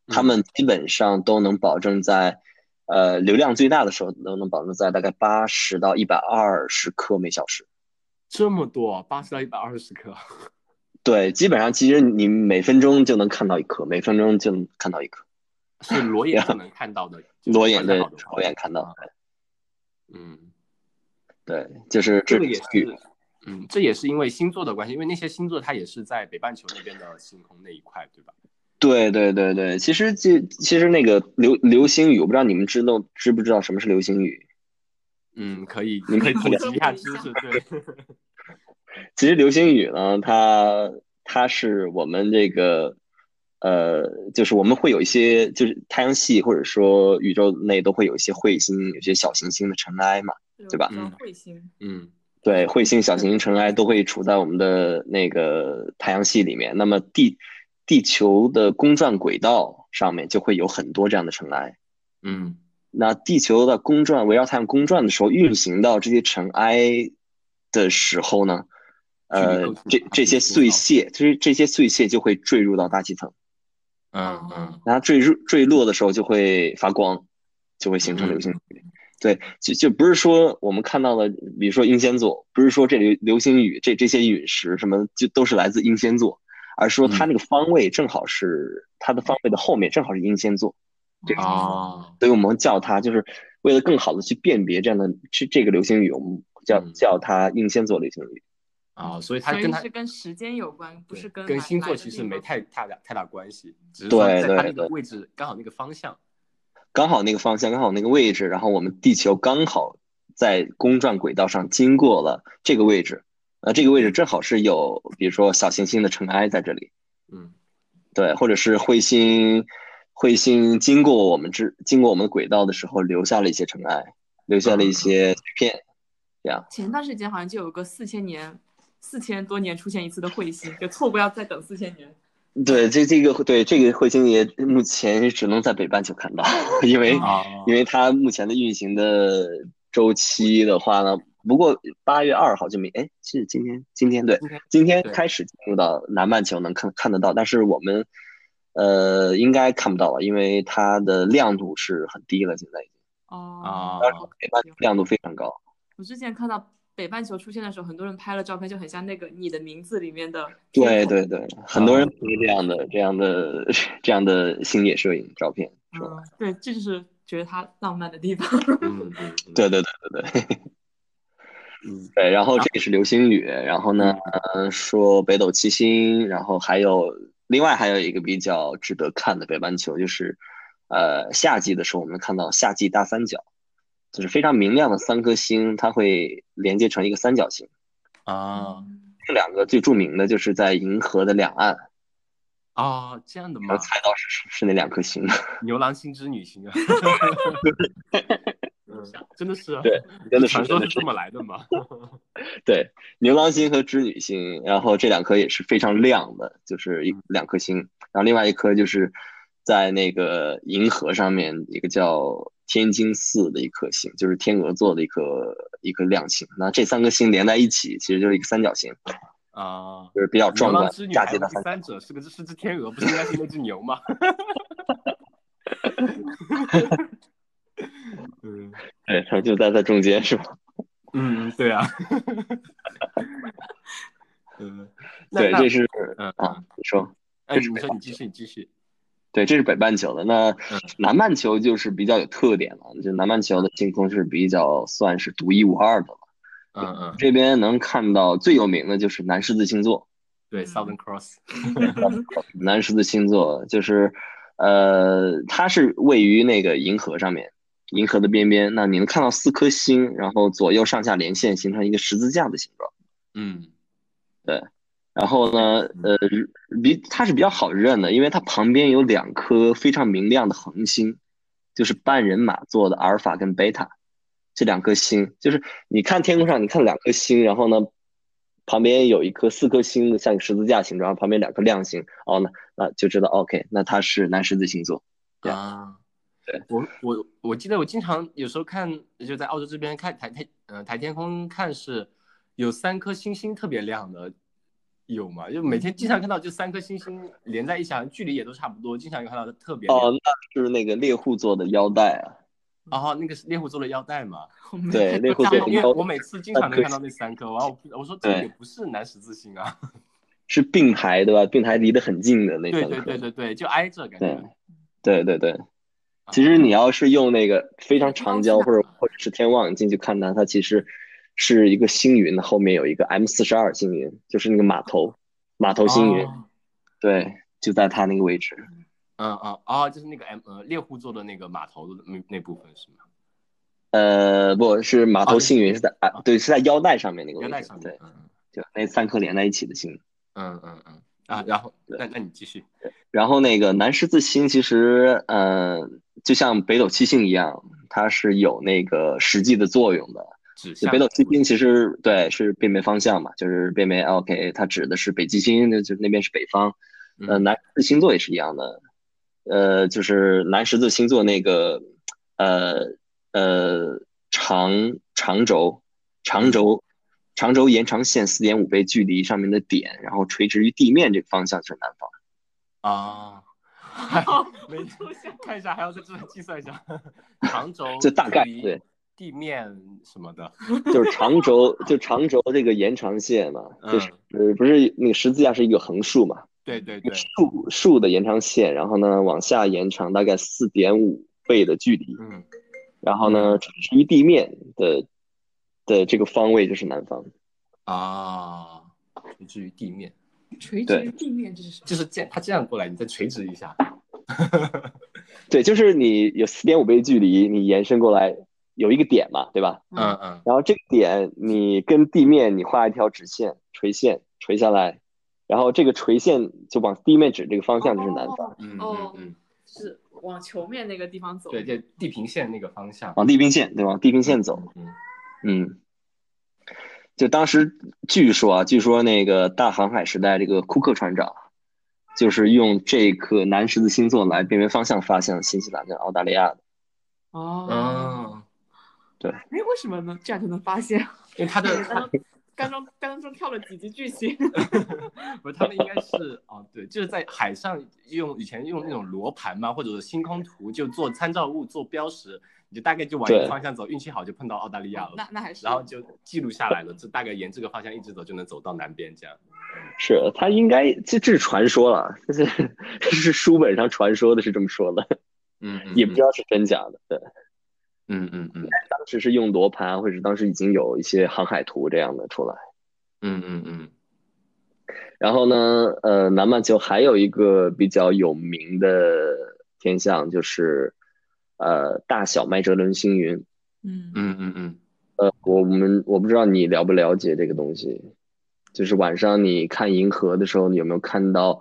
Speaker 4: 它
Speaker 1: 嗯
Speaker 4: 们基本上都能保证在呃流量最大的时候都能保证在大概八十到一百二十克每小时。
Speaker 1: 这么多，八十到一百二十克。
Speaker 4: 对，基本上其实你每分钟就能看到一颗，每分钟就能看到一颗，
Speaker 1: 是裸眼就能看到的，就是
Speaker 4: 裸眼
Speaker 1: 观
Speaker 4: 对
Speaker 1: 察好的话
Speaker 4: 裸眼看
Speaker 1: 啊
Speaker 4: 到。
Speaker 1: 嗯，
Speaker 4: 对，就是
Speaker 1: 这
Speaker 4: 这
Speaker 1: 个也是，嗯，这也是因为星座的关系，因为那些星座它也是在北半球那边的星空那一块，对吧？
Speaker 4: 对对对对，其实就其实那个流流星雨，我不知道你们知道知不知道什么是流星雨？
Speaker 1: 嗯，可以，
Speaker 4: 你
Speaker 1: 可以
Speaker 4: 们
Speaker 1: 普及一下知识，对，
Speaker 4: 其实流星雨呢，它它是我们这个呃，就是我们会有一些，就是太阳系或者说宇宙内都会有一些彗星、有些小行星的尘埃嘛，对吧
Speaker 3: 嗯，彗星，
Speaker 1: 嗯
Speaker 4: 对，彗星、小行星、尘埃都会处在我们的那个太阳系里面。那么地地球的公转轨道上面就会有很多这样的尘埃。
Speaker 1: 嗯
Speaker 4: 那地球的公转围绕太阳公转的时候，运行到这些尘埃的时候呢，
Speaker 1: 距离
Speaker 4: 呃
Speaker 1: 构筑，
Speaker 4: 这
Speaker 1: 大气
Speaker 4: 这些
Speaker 1: 层
Speaker 4: 碎
Speaker 1: 了
Speaker 4: 屑，就是这些碎屑就会坠入到大气层，
Speaker 3: 哦
Speaker 1: 嗯嗯，
Speaker 4: 然后坠入坠落的时候就会发光，就会形成流星
Speaker 1: 嗯
Speaker 4: 雨。对，就就不是说我们看到了，比如说英仙座，不是说这流流星雨这这些陨石什么就都是来自英仙座，而是说它
Speaker 1: 嗯
Speaker 4: 那个方位正好是它的方位的后面正好是英仙座。这
Speaker 3: 哦
Speaker 4: 个
Speaker 1: 哦，
Speaker 4: 所以我们叫它，就是为了更好的去辨别这样的这这个流星雨，我们叫
Speaker 1: 嗯
Speaker 4: 叫它应仙座流星雨。
Speaker 1: 啊，所以它
Speaker 3: 所
Speaker 1: 跟
Speaker 3: 以
Speaker 1: 它
Speaker 3: 是跟时间有关，不
Speaker 1: 对
Speaker 3: 是
Speaker 1: 跟
Speaker 3: 来
Speaker 1: 星座
Speaker 3: 来的
Speaker 1: 其实
Speaker 3: 地
Speaker 1: 没
Speaker 3: 方
Speaker 1: 太太大太大关系，只是说
Speaker 4: 对
Speaker 1: 在它
Speaker 4: 对
Speaker 1: 那个
Speaker 4: 对
Speaker 1: 位置刚好那个方向。
Speaker 4: 刚好那个方向，刚好那个位置，然后我们地球刚好在公转轨道上经过了这个位置，呃，这个位置正好是有，比如说小行星的尘埃在这里，
Speaker 1: 嗯
Speaker 4: 对，或者是彗星，彗星经过我们之经过我们的轨道的时候，留下了一些尘埃，留下了一些碎片，这样。
Speaker 3: 前段时间好像就有个四千年、四千多年出现一次的彗星，就错过要再等四千年。
Speaker 4: 对，这这个对这个彗星也目前只能在北半球看到， 因为
Speaker 1: 啊，
Speaker 4: 因为它目前的运行的周期的话呢，不过八月二号就明，哎，是今天，今天对
Speaker 1: 今天，
Speaker 4: 今天
Speaker 1: 对
Speaker 4: 开始进入到南半球能看看得到，但是我们呃应该看不到了，因为它的亮度是很低了，现在已经
Speaker 3: 哦
Speaker 1: 啊，
Speaker 3: 好
Speaker 4: 北半球
Speaker 3: 可惜哦
Speaker 4: 亮度非常高。
Speaker 3: 我之前看到北半球出现的时候，很多人拍了照片，就很像那个《你的名字》里面的
Speaker 4: 对
Speaker 3: 天空，
Speaker 4: 对对，很
Speaker 1: 嗯
Speaker 4: 多人拍这样的这样的 这样的星野摄影照片，是吧？
Speaker 3: 嗯，对，这就是觉得它浪漫的地 方。
Speaker 1: 嗯嗯，嗯
Speaker 4: 对对对对对。
Speaker 1: 嗯
Speaker 4: 对，然后这个是流星雨，然后呢，呃说北斗七星，然后还有另外还有一个比较值得看的北半球，就是呃夏季的时候，我们看到夏季大三角，就是非常明亮的三颗星，它会连接成一个三角形。
Speaker 1: 啊
Speaker 4: 这两个最著名的就是在银河的两岸，
Speaker 1: 啊，这样的
Speaker 4: 你
Speaker 1: 吗
Speaker 4: 能？猜到是是是哪两颗星？
Speaker 1: 牛郎星织女 星啊，嗯真的是啊，
Speaker 4: 对 真的是
Speaker 1: 传说
Speaker 4: 真的
Speaker 1: 是
Speaker 4: 是
Speaker 1: 这么来的吗？
Speaker 4: 对，牛郎星和织女星，然后这两颗也是非常亮的，就是一两颗星。然后另外一颗就是在那个银河上面一个叫天津四的一颗星，就是天鹅座的一颗一颗亮星。那这三颗星连在一起，其实就是一个三角形，
Speaker 1: 啊，
Speaker 4: 就是比较壮
Speaker 1: 牛
Speaker 4: 观
Speaker 1: 郎织。女
Speaker 4: 嫁
Speaker 1: 还
Speaker 4: 接
Speaker 1: 有
Speaker 4: 的
Speaker 1: 第
Speaker 4: 三角
Speaker 1: 三者是个是只天鹅，不是应该是那只牛 吗？ 嗯
Speaker 4: 对，它就在在中间是吧？
Speaker 1: 嗯，对啊， 嗯，那
Speaker 4: 对，
Speaker 1: 那
Speaker 4: 这是
Speaker 1: 嗯
Speaker 4: 啊，你说
Speaker 1: 哎，
Speaker 4: 这是啊
Speaker 1: 你
Speaker 4: 北
Speaker 1: 说
Speaker 4: 方
Speaker 1: 你继续，你继续，
Speaker 4: 对，这是北半球的。那
Speaker 1: 嗯
Speaker 4: 南半球就是比较有特点了，就南半球的星空是比较算是独一无二的了。
Speaker 1: 嗯嗯，
Speaker 4: 这边能看到最有名的就是南十字星座，
Speaker 1: 对，Southern
Speaker 4: 嗯
Speaker 1: Cross，
Speaker 4: 南十字星座就是，呃，它是位于那个银河上面，银河的边边。那你能看到四颗星，然后左右上下连线，形成一个十字架的形状。
Speaker 1: 嗯
Speaker 4: 然后呢，呃，比它是比较好认的，因为它旁边有两颗非常明亮的恒星，就是半人马座的阿尔法跟贝塔这两颗星。就是你看天空上，你看两颗星，然后呢，旁边有一颗四颗星的像个十字架形状，旁边两颗亮星。哦，那那就知道，OK，那它是南十字星座。对
Speaker 1: 啊，
Speaker 4: 对，
Speaker 1: 我我我记得我经常有时候看，就在澳洲这边看台天，呃，台天空看是有三颗星星特别亮的，有吗？就每天经常看到，就三颗星星连在一起，好像距离也都差不多，经常有看到特别亮。
Speaker 4: 哦，那是那个猎户座的腰带啊。
Speaker 1: 然后哦那个是猎户座的腰带嘛，
Speaker 3: 我没
Speaker 4: 对
Speaker 3: 看
Speaker 4: 猎
Speaker 3: 过大
Speaker 4: 户 座
Speaker 1: 对，
Speaker 4: 的
Speaker 1: 因
Speaker 3: 雁
Speaker 1: 为
Speaker 4: 腰
Speaker 1: 我每次经常能看到那三颗，然后我我说这
Speaker 4: 对
Speaker 1: 也不是南十字星啊，
Speaker 4: 是并排对吧？并排离得很近的那
Speaker 1: 对
Speaker 4: 三
Speaker 1: 对啊
Speaker 4: 颗。
Speaker 1: 对对对，就挨着感觉。
Speaker 4: 对对对。其实你要是用那个非常长焦
Speaker 3: 高
Speaker 4: 或
Speaker 3: 清
Speaker 4: 者
Speaker 3: 啊
Speaker 4: 或者是天望远镜去看它，它其实是一个星云，后面有一个 M 四十二星云，就是那个码头码头星云，
Speaker 1: 哦
Speaker 4: 对，就在它那个位置。
Speaker 1: 嗯嗯哦，就是那个 M 呃猎户座的那个码头的那那部分是吗？
Speaker 4: 呃，不是码头星云是在啊，对，是在腰带上面那个
Speaker 1: 腰
Speaker 4: 位
Speaker 1: 带
Speaker 4: 置
Speaker 1: 上，面
Speaker 4: 对，，
Speaker 1: 嗯
Speaker 4: 就那三颗连在一起的星。
Speaker 1: 嗯嗯嗯嗯，啊，然后那那你继续，
Speaker 4: 然后那个南十字星其实，嗯、就像北斗七星一样，它是有那个实际的作用的。
Speaker 1: 指
Speaker 4: 就
Speaker 1: 向
Speaker 4: 北斗七星其实对是辨别方向嘛，就是辨别 OK，它指的是北极星，那就是那边是北方。呃，
Speaker 1: 嗯
Speaker 4: 南十字星座也是一样的，呃，就是南十字星座那个呃呃长长轴长轴长轴延长线四点五倍距离上面的点，然后垂直于地面这个方向就是南方。
Speaker 1: 啊，
Speaker 3: 哦
Speaker 1: 没
Speaker 3: 出现
Speaker 1: 看一下，还要再计计算一下长轴，
Speaker 4: 这大概
Speaker 1: 距离
Speaker 4: 对
Speaker 1: 地面什么的，
Speaker 4: 就是长轴，就长轴这个延长线嘛，就是呃不是那个十字架是一个横竖嘛，
Speaker 1: 对对对，
Speaker 4: 竖竖的延长线，然后呢往下延长大概四点五倍的距离，
Speaker 1: 嗯，
Speaker 4: 然后呢垂直于地面的的这个方位就是南方。
Speaker 1: 啊，垂直于地面，
Speaker 3: 垂直
Speaker 4: 对
Speaker 3: 于地面，这是什么
Speaker 1: 就是这样，它这样过来，你再垂直一下，
Speaker 4: 对，就是你有四点五倍距离，你延伸过来有一个点嘛，对吧？
Speaker 1: 嗯嗯，
Speaker 4: 然后这个点你跟地面你画一条直线垂线垂下来，然后这个垂线就往地面指这个方向就是南方，
Speaker 3: 哦
Speaker 1: 嗯
Speaker 3: 哦
Speaker 1: 嗯嗯，
Speaker 3: 是往球面那个地方走。
Speaker 1: 对，就地平线那个方向，
Speaker 4: 往地平线对，往地平线走。
Speaker 1: 嗯，
Speaker 4: 嗯，就当时据说啊，据说那个大航海时代这个库克船长，就是用这颗南十字星座来辨别方向，发现了新西兰跟澳大利亚的。
Speaker 3: 哦，
Speaker 1: 嗯，
Speaker 3: 哎，为什么呢？这样就能发现？
Speaker 1: 因为它的
Speaker 3: 刚刚中刚中跳了几集剧情。
Speaker 1: 不是，他们应该是哦，对，就是在海上用以前用那种罗盘嘛，或者是星空图，就做参照物、做标识，你就大概就往一个
Speaker 4: 对
Speaker 1: 方向走，运气好就碰到澳大利亚了，
Speaker 3: 哦 那那还是
Speaker 1: 然后就记录下来了，这大概沿这个方向一直走就能走到南边这样。
Speaker 4: 是他应该这这是传说了，这是 这是书本上传说的，是这么说的，
Speaker 1: 嗯，嗯
Speaker 4: 也不知道是真假的。对，
Speaker 1: 嗯嗯嗯
Speaker 4: 当时是用罗盘，或者当时已经有一些航海图这样的出来。
Speaker 1: 嗯嗯嗯
Speaker 4: 然后呢，呃，南半球还有一个比较有名的天象就是，呃，大小麦哲伦星云。
Speaker 3: 嗯
Speaker 1: 嗯嗯嗯，
Speaker 4: 呃，我们我不知道你了不了解这个东西，就是晚上你看银河的时候，你有没有看到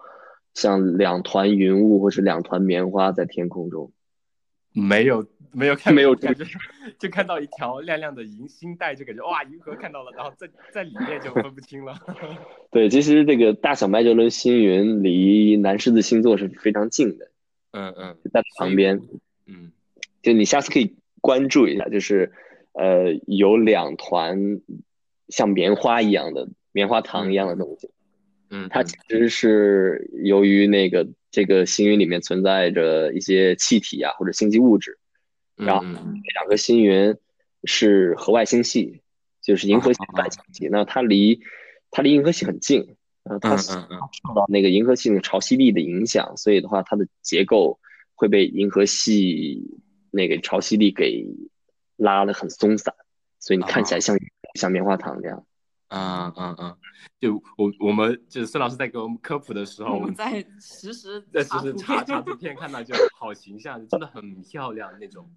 Speaker 4: 像两团云雾或是两团棉花在天空中？
Speaker 1: 没有没有看
Speaker 4: 没有
Speaker 1: 感觉，就看到一条亮亮的银星带，就感觉哇，银河看到了，然后在在里面就分不清了。
Speaker 4: 对，其实这个大小麦哲伦星云离南狮子星座是非常近的，
Speaker 1: 嗯嗯
Speaker 4: 就在旁边。
Speaker 1: 嗯
Speaker 4: 就你下次可以关注一下，就是呃，有两团像棉花一样的棉花糖一样的东西，
Speaker 1: 嗯，
Speaker 4: 它其实是由于那个这个星云里面存在着一些气体啊或者星际物质，然后
Speaker 1: 嗯
Speaker 4: 这两个星云是河外星系，就是
Speaker 1: 啊
Speaker 4: 银河系外星系，那它离它离银河系很近，啊，它受
Speaker 1: 嗯
Speaker 4: 到那个银河系的潮汐力的影响，所以的话，它的结构会被银河系那个潮汐力给拉得很松散，所以你看起
Speaker 1: 啊
Speaker 4: 来像像棉花糖这样。
Speaker 1: 嗯嗯嗯，就我我们就是孙老师在给我们科普的时候，
Speaker 3: 我
Speaker 1: 我
Speaker 3: 们
Speaker 1: 们
Speaker 3: 嗯在实时
Speaker 1: 在就是查查
Speaker 3: 查图
Speaker 1: 图片看到就好形象，真的很漂亮那种。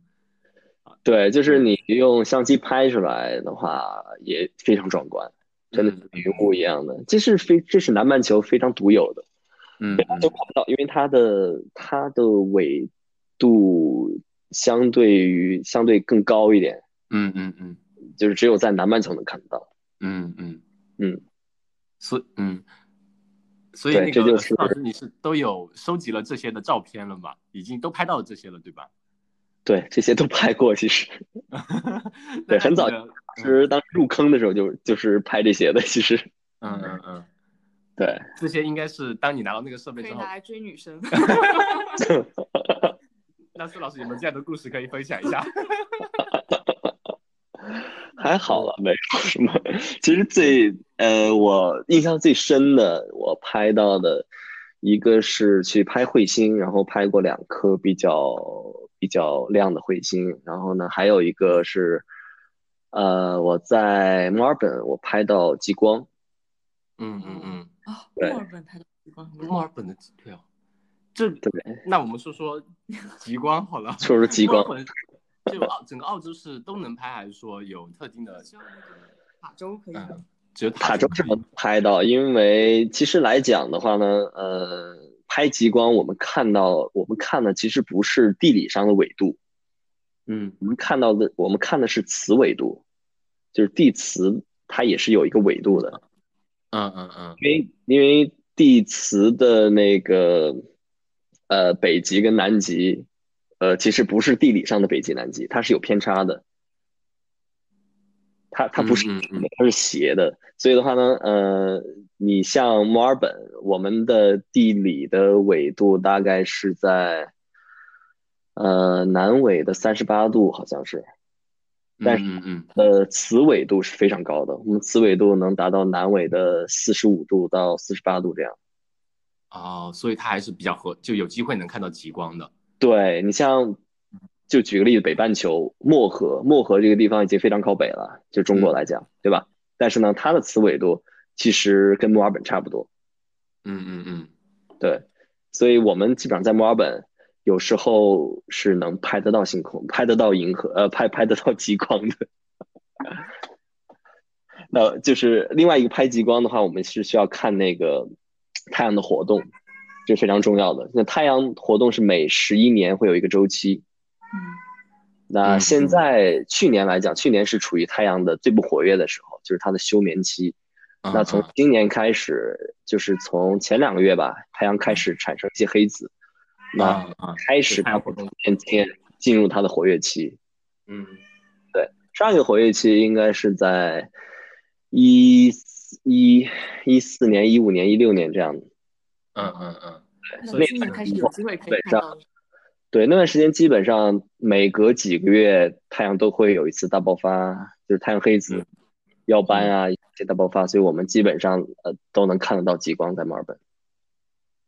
Speaker 4: 对，
Speaker 1: 嗯
Speaker 4: 就是你用相机拍出来的话，也非常壮观，真的
Speaker 1: 嗯
Speaker 4: 是云雾一样的。这是非这是南半球非常独有的。
Speaker 1: 嗯
Speaker 4: 北半球跑不到，因为它的它的纬度相对于相对更高一点，
Speaker 1: 嗯嗯嗯
Speaker 4: 就是只有在南半球能看得到。
Speaker 1: 嗯嗯
Speaker 4: 嗯，
Speaker 1: 所以嗯，所以
Speaker 4: 对
Speaker 1: 那
Speaker 4: 这
Speaker 1: 个
Speaker 4: 就是
Speaker 1: 孙老师你是都有收集了这些的照片了吗？已经都拍到了这些了对吧？
Speaker 4: 对，这些都拍过，其实
Speaker 1: 那
Speaker 4: 很早
Speaker 1: 你的
Speaker 4: 当时当时入坑的时候就就是拍这些的，其实
Speaker 1: 嗯嗯嗯，
Speaker 4: 对，
Speaker 1: 这些应该是当你拿到那个设备
Speaker 3: 可以
Speaker 1: 之后
Speaker 3: 拿，来追 女生。
Speaker 1: 那孙老师有没有这样的故事可以分享一下？
Speaker 4: 还好了，没有什么。其实最呃，我印象最深的，我拍到的一个是去拍彗星，然后拍过两颗比较比较亮的彗星，然后呢，还有一个是呃，我在墨尔本我拍到极光，
Speaker 1: 嗯嗯嗯，
Speaker 3: 啊，墨
Speaker 4: 对
Speaker 3: 尔本拍的极光，
Speaker 1: 墨尔本的对哦，这
Speaker 4: 对不对？
Speaker 1: 那我们说说极光好了，
Speaker 4: 说说 极 光
Speaker 1: 墨尔本就澳整个澳洲是都能拍，还是说有特定的？
Speaker 3: 希望那个法州可以
Speaker 1: 嗯，只有
Speaker 4: 塔
Speaker 1: 塔
Speaker 4: 州是能拍到，因为其实来讲的话呢，呃，拍极光我们看到我们看的其实不是地理上的纬度，
Speaker 1: 嗯
Speaker 4: 我们看到的我们看的是磁纬度，就是地磁它也是有一个纬度的，
Speaker 1: 嗯嗯嗯
Speaker 4: 因为因为地磁的那个呃北极跟南极，呃其实不是地理上的北极南极，它是有偏差的，它它不是
Speaker 1: 嗯嗯嗯
Speaker 4: 它是斜的，所以的话呢，呃，你像墨尔本，我们的地理的纬度大概是在呃南纬的三十八度，好像是。但是
Speaker 1: 嗯嗯嗯，
Speaker 4: 呃，磁纬度是非常高的，我们磁纬度能达到南纬的四十五度到四十八度这样。
Speaker 1: 哦，所以它还是比较合，就有机会能看到极光的。
Speaker 4: 对，你像，就举个例子，北半球漠河，漠河这个地方已经非常靠北了，就中国来讲，对吧？但是呢，它的磁纬度其实跟墨尔本差不多，
Speaker 1: 嗯嗯嗯，
Speaker 4: 对，所以我们基本上在墨尔本有时候是能拍得到星空，拍得到银河，呃，拍拍得到极光的。那就是另外一个拍极光的话，我们是需要看那个太阳的活动，这是非常重要的。那太阳活动是每十一年会有一个周期。
Speaker 3: 嗯
Speaker 4: 那
Speaker 1: 嗯
Speaker 4: 现
Speaker 1: 嗯
Speaker 4: 在去年来讲，去年是处于太阳的最不活跃的时候，就是它的休眠期。
Speaker 1: 嗯
Speaker 4: 那从
Speaker 1: 嗯
Speaker 4: 今年开始，就是从前两个月吧，太阳开始产生一些黑子，那
Speaker 1: 嗯嗯
Speaker 4: 开始
Speaker 1: 太阳活动，
Speaker 4: 渐渐进入它的活跃期。
Speaker 1: 嗯
Speaker 4: 上一个活跃期应该是在一一一四年、一五年、一六年这样的。
Speaker 1: 嗯嗯嗯，
Speaker 3: 那
Speaker 1: 所以
Speaker 3: 今年开始有机会可以看到了。
Speaker 4: 对，那段时间基本上每隔几个月，太阳都会有一次大爆发，就是太阳黑子
Speaker 1: 嗯、
Speaker 4: 耀斑啊一些大爆发，所以我们基本上呃都能看得到极光在墨尔本。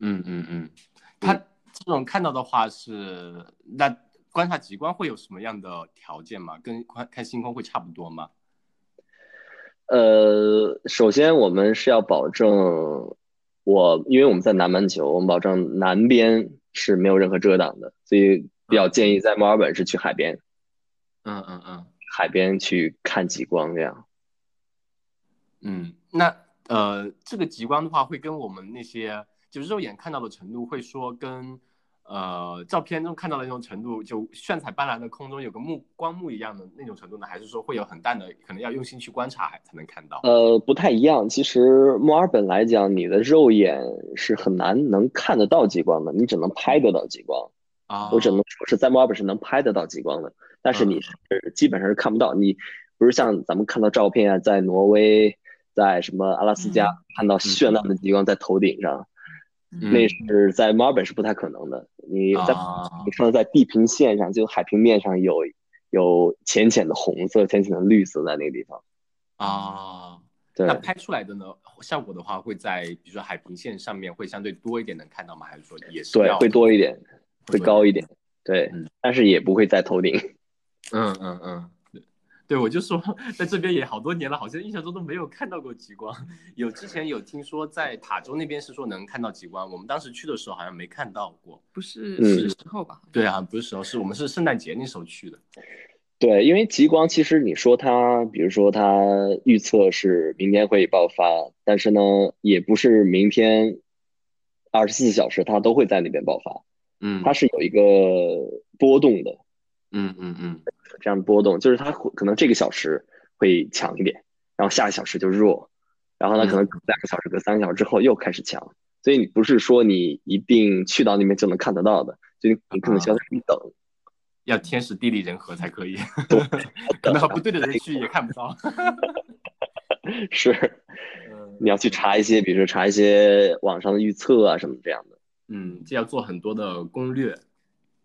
Speaker 1: 嗯嗯嗯，它这种看到的话是，那观察极光会有什么样的条件吗？跟看看星空会差不多吗？
Speaker 4: 呃，首先我们是要保证我，因为我们在南半球，我们保证南边是没有任何遮挡的，所以比较建议在墨尔本是去海边，
Speaker 1: 嗯嗯嗯
Speaker 4: 海边去看极光这样。
Speaker 1: 嗯，那呃，这个极光的话，会跟我们那些就肉眼看到的程度，会说跟呃照片中看到的那种程度，就炫彩斑斓的空中有个幕光幕一样的那种程度呢？还是说会有很淡的，可能要用心去观察才能看到？
Speaker 4: 呃，不太一样。其实墨尔本来讲，你的肉眼是很难能看得到极光的，你只能拍得到极光。
Speaker 1: 啊，嗯
Speaker 4: 我只能说是在墨尔本是能拍得到极光的，但是你是基本上是看不到。你不是像咱们看到照片啊，在挪威，在什么阿拉斯加
Speaker 3: 嗯
Speaker 4: 看到绚烂的极光在头顶上，
Speaker 1: 嗯
Speaker 4: 那是在墨尔本是不太可能的。你在
Speaker 1: 啊
Speaker 4: 你看到在地平线上，就海平面上有有浅浅的红色、浅浅的绿色在那个地方。
Speaker 1: 啊。
Speaker 4: 对
Speaker 1: 那，拍出来的呢，效果的话会在比如说海平线上面会相对多一点能看到吗？还是说也是
Speaker 4: 对，
Speaker 1: 要
Speaker 4: 会多一点，会高一
Speaker 1: 一
Speaker 4: 点，对
Speaker 1: 嗯，
Speaker 4: 但是也不会在头顶。
Speaker 1: 嗯嗯嗯，对对，我就说在这边也好多年了，好像印象中都没有看到过极光。 有之前有听说在塔州那边是说能看到极光，我们当时去的时候好像没看到过。
Speaker 3: 不是
Speaker 4: 嗯
Speaker 3: 是时候吧？
Speaker 1: 对啊，不是时候，是我们是圣诞节那时候去的。
Speaker 4: 对，因为极光其实你说它，比如说它预测是明天会爆发，但是呢，也不是明天二十四小时它都会在那边爆发，
Speaker 1: 嗯
Speaker 4: 它是有一个波动的，
Speaker 1: 嗯嗯嗯
Speaker 4: 这样波动就是它会可能这个小时会强一点，然后下个小时就弱，然后呢，
Speaker 1: 嗯
Speaker 4: 可能隔两个小时、隔三个小时之后又开始强，所以你不是说你一定去到那边就能看得到的，就你
Speaker 1: 啊
Speaker 4: 你可能需要在那里等。
Speaker 1: 要天时地利人和才可以， 可能和不对的人去也看不到。
Speaker 4: 是，
Speaker 1: 嗯
Speaker 4: 你要去查一些，比如说查一些网上的预测啊什么这样的。
Speaker 1: 嗯，这要做很多的攻略。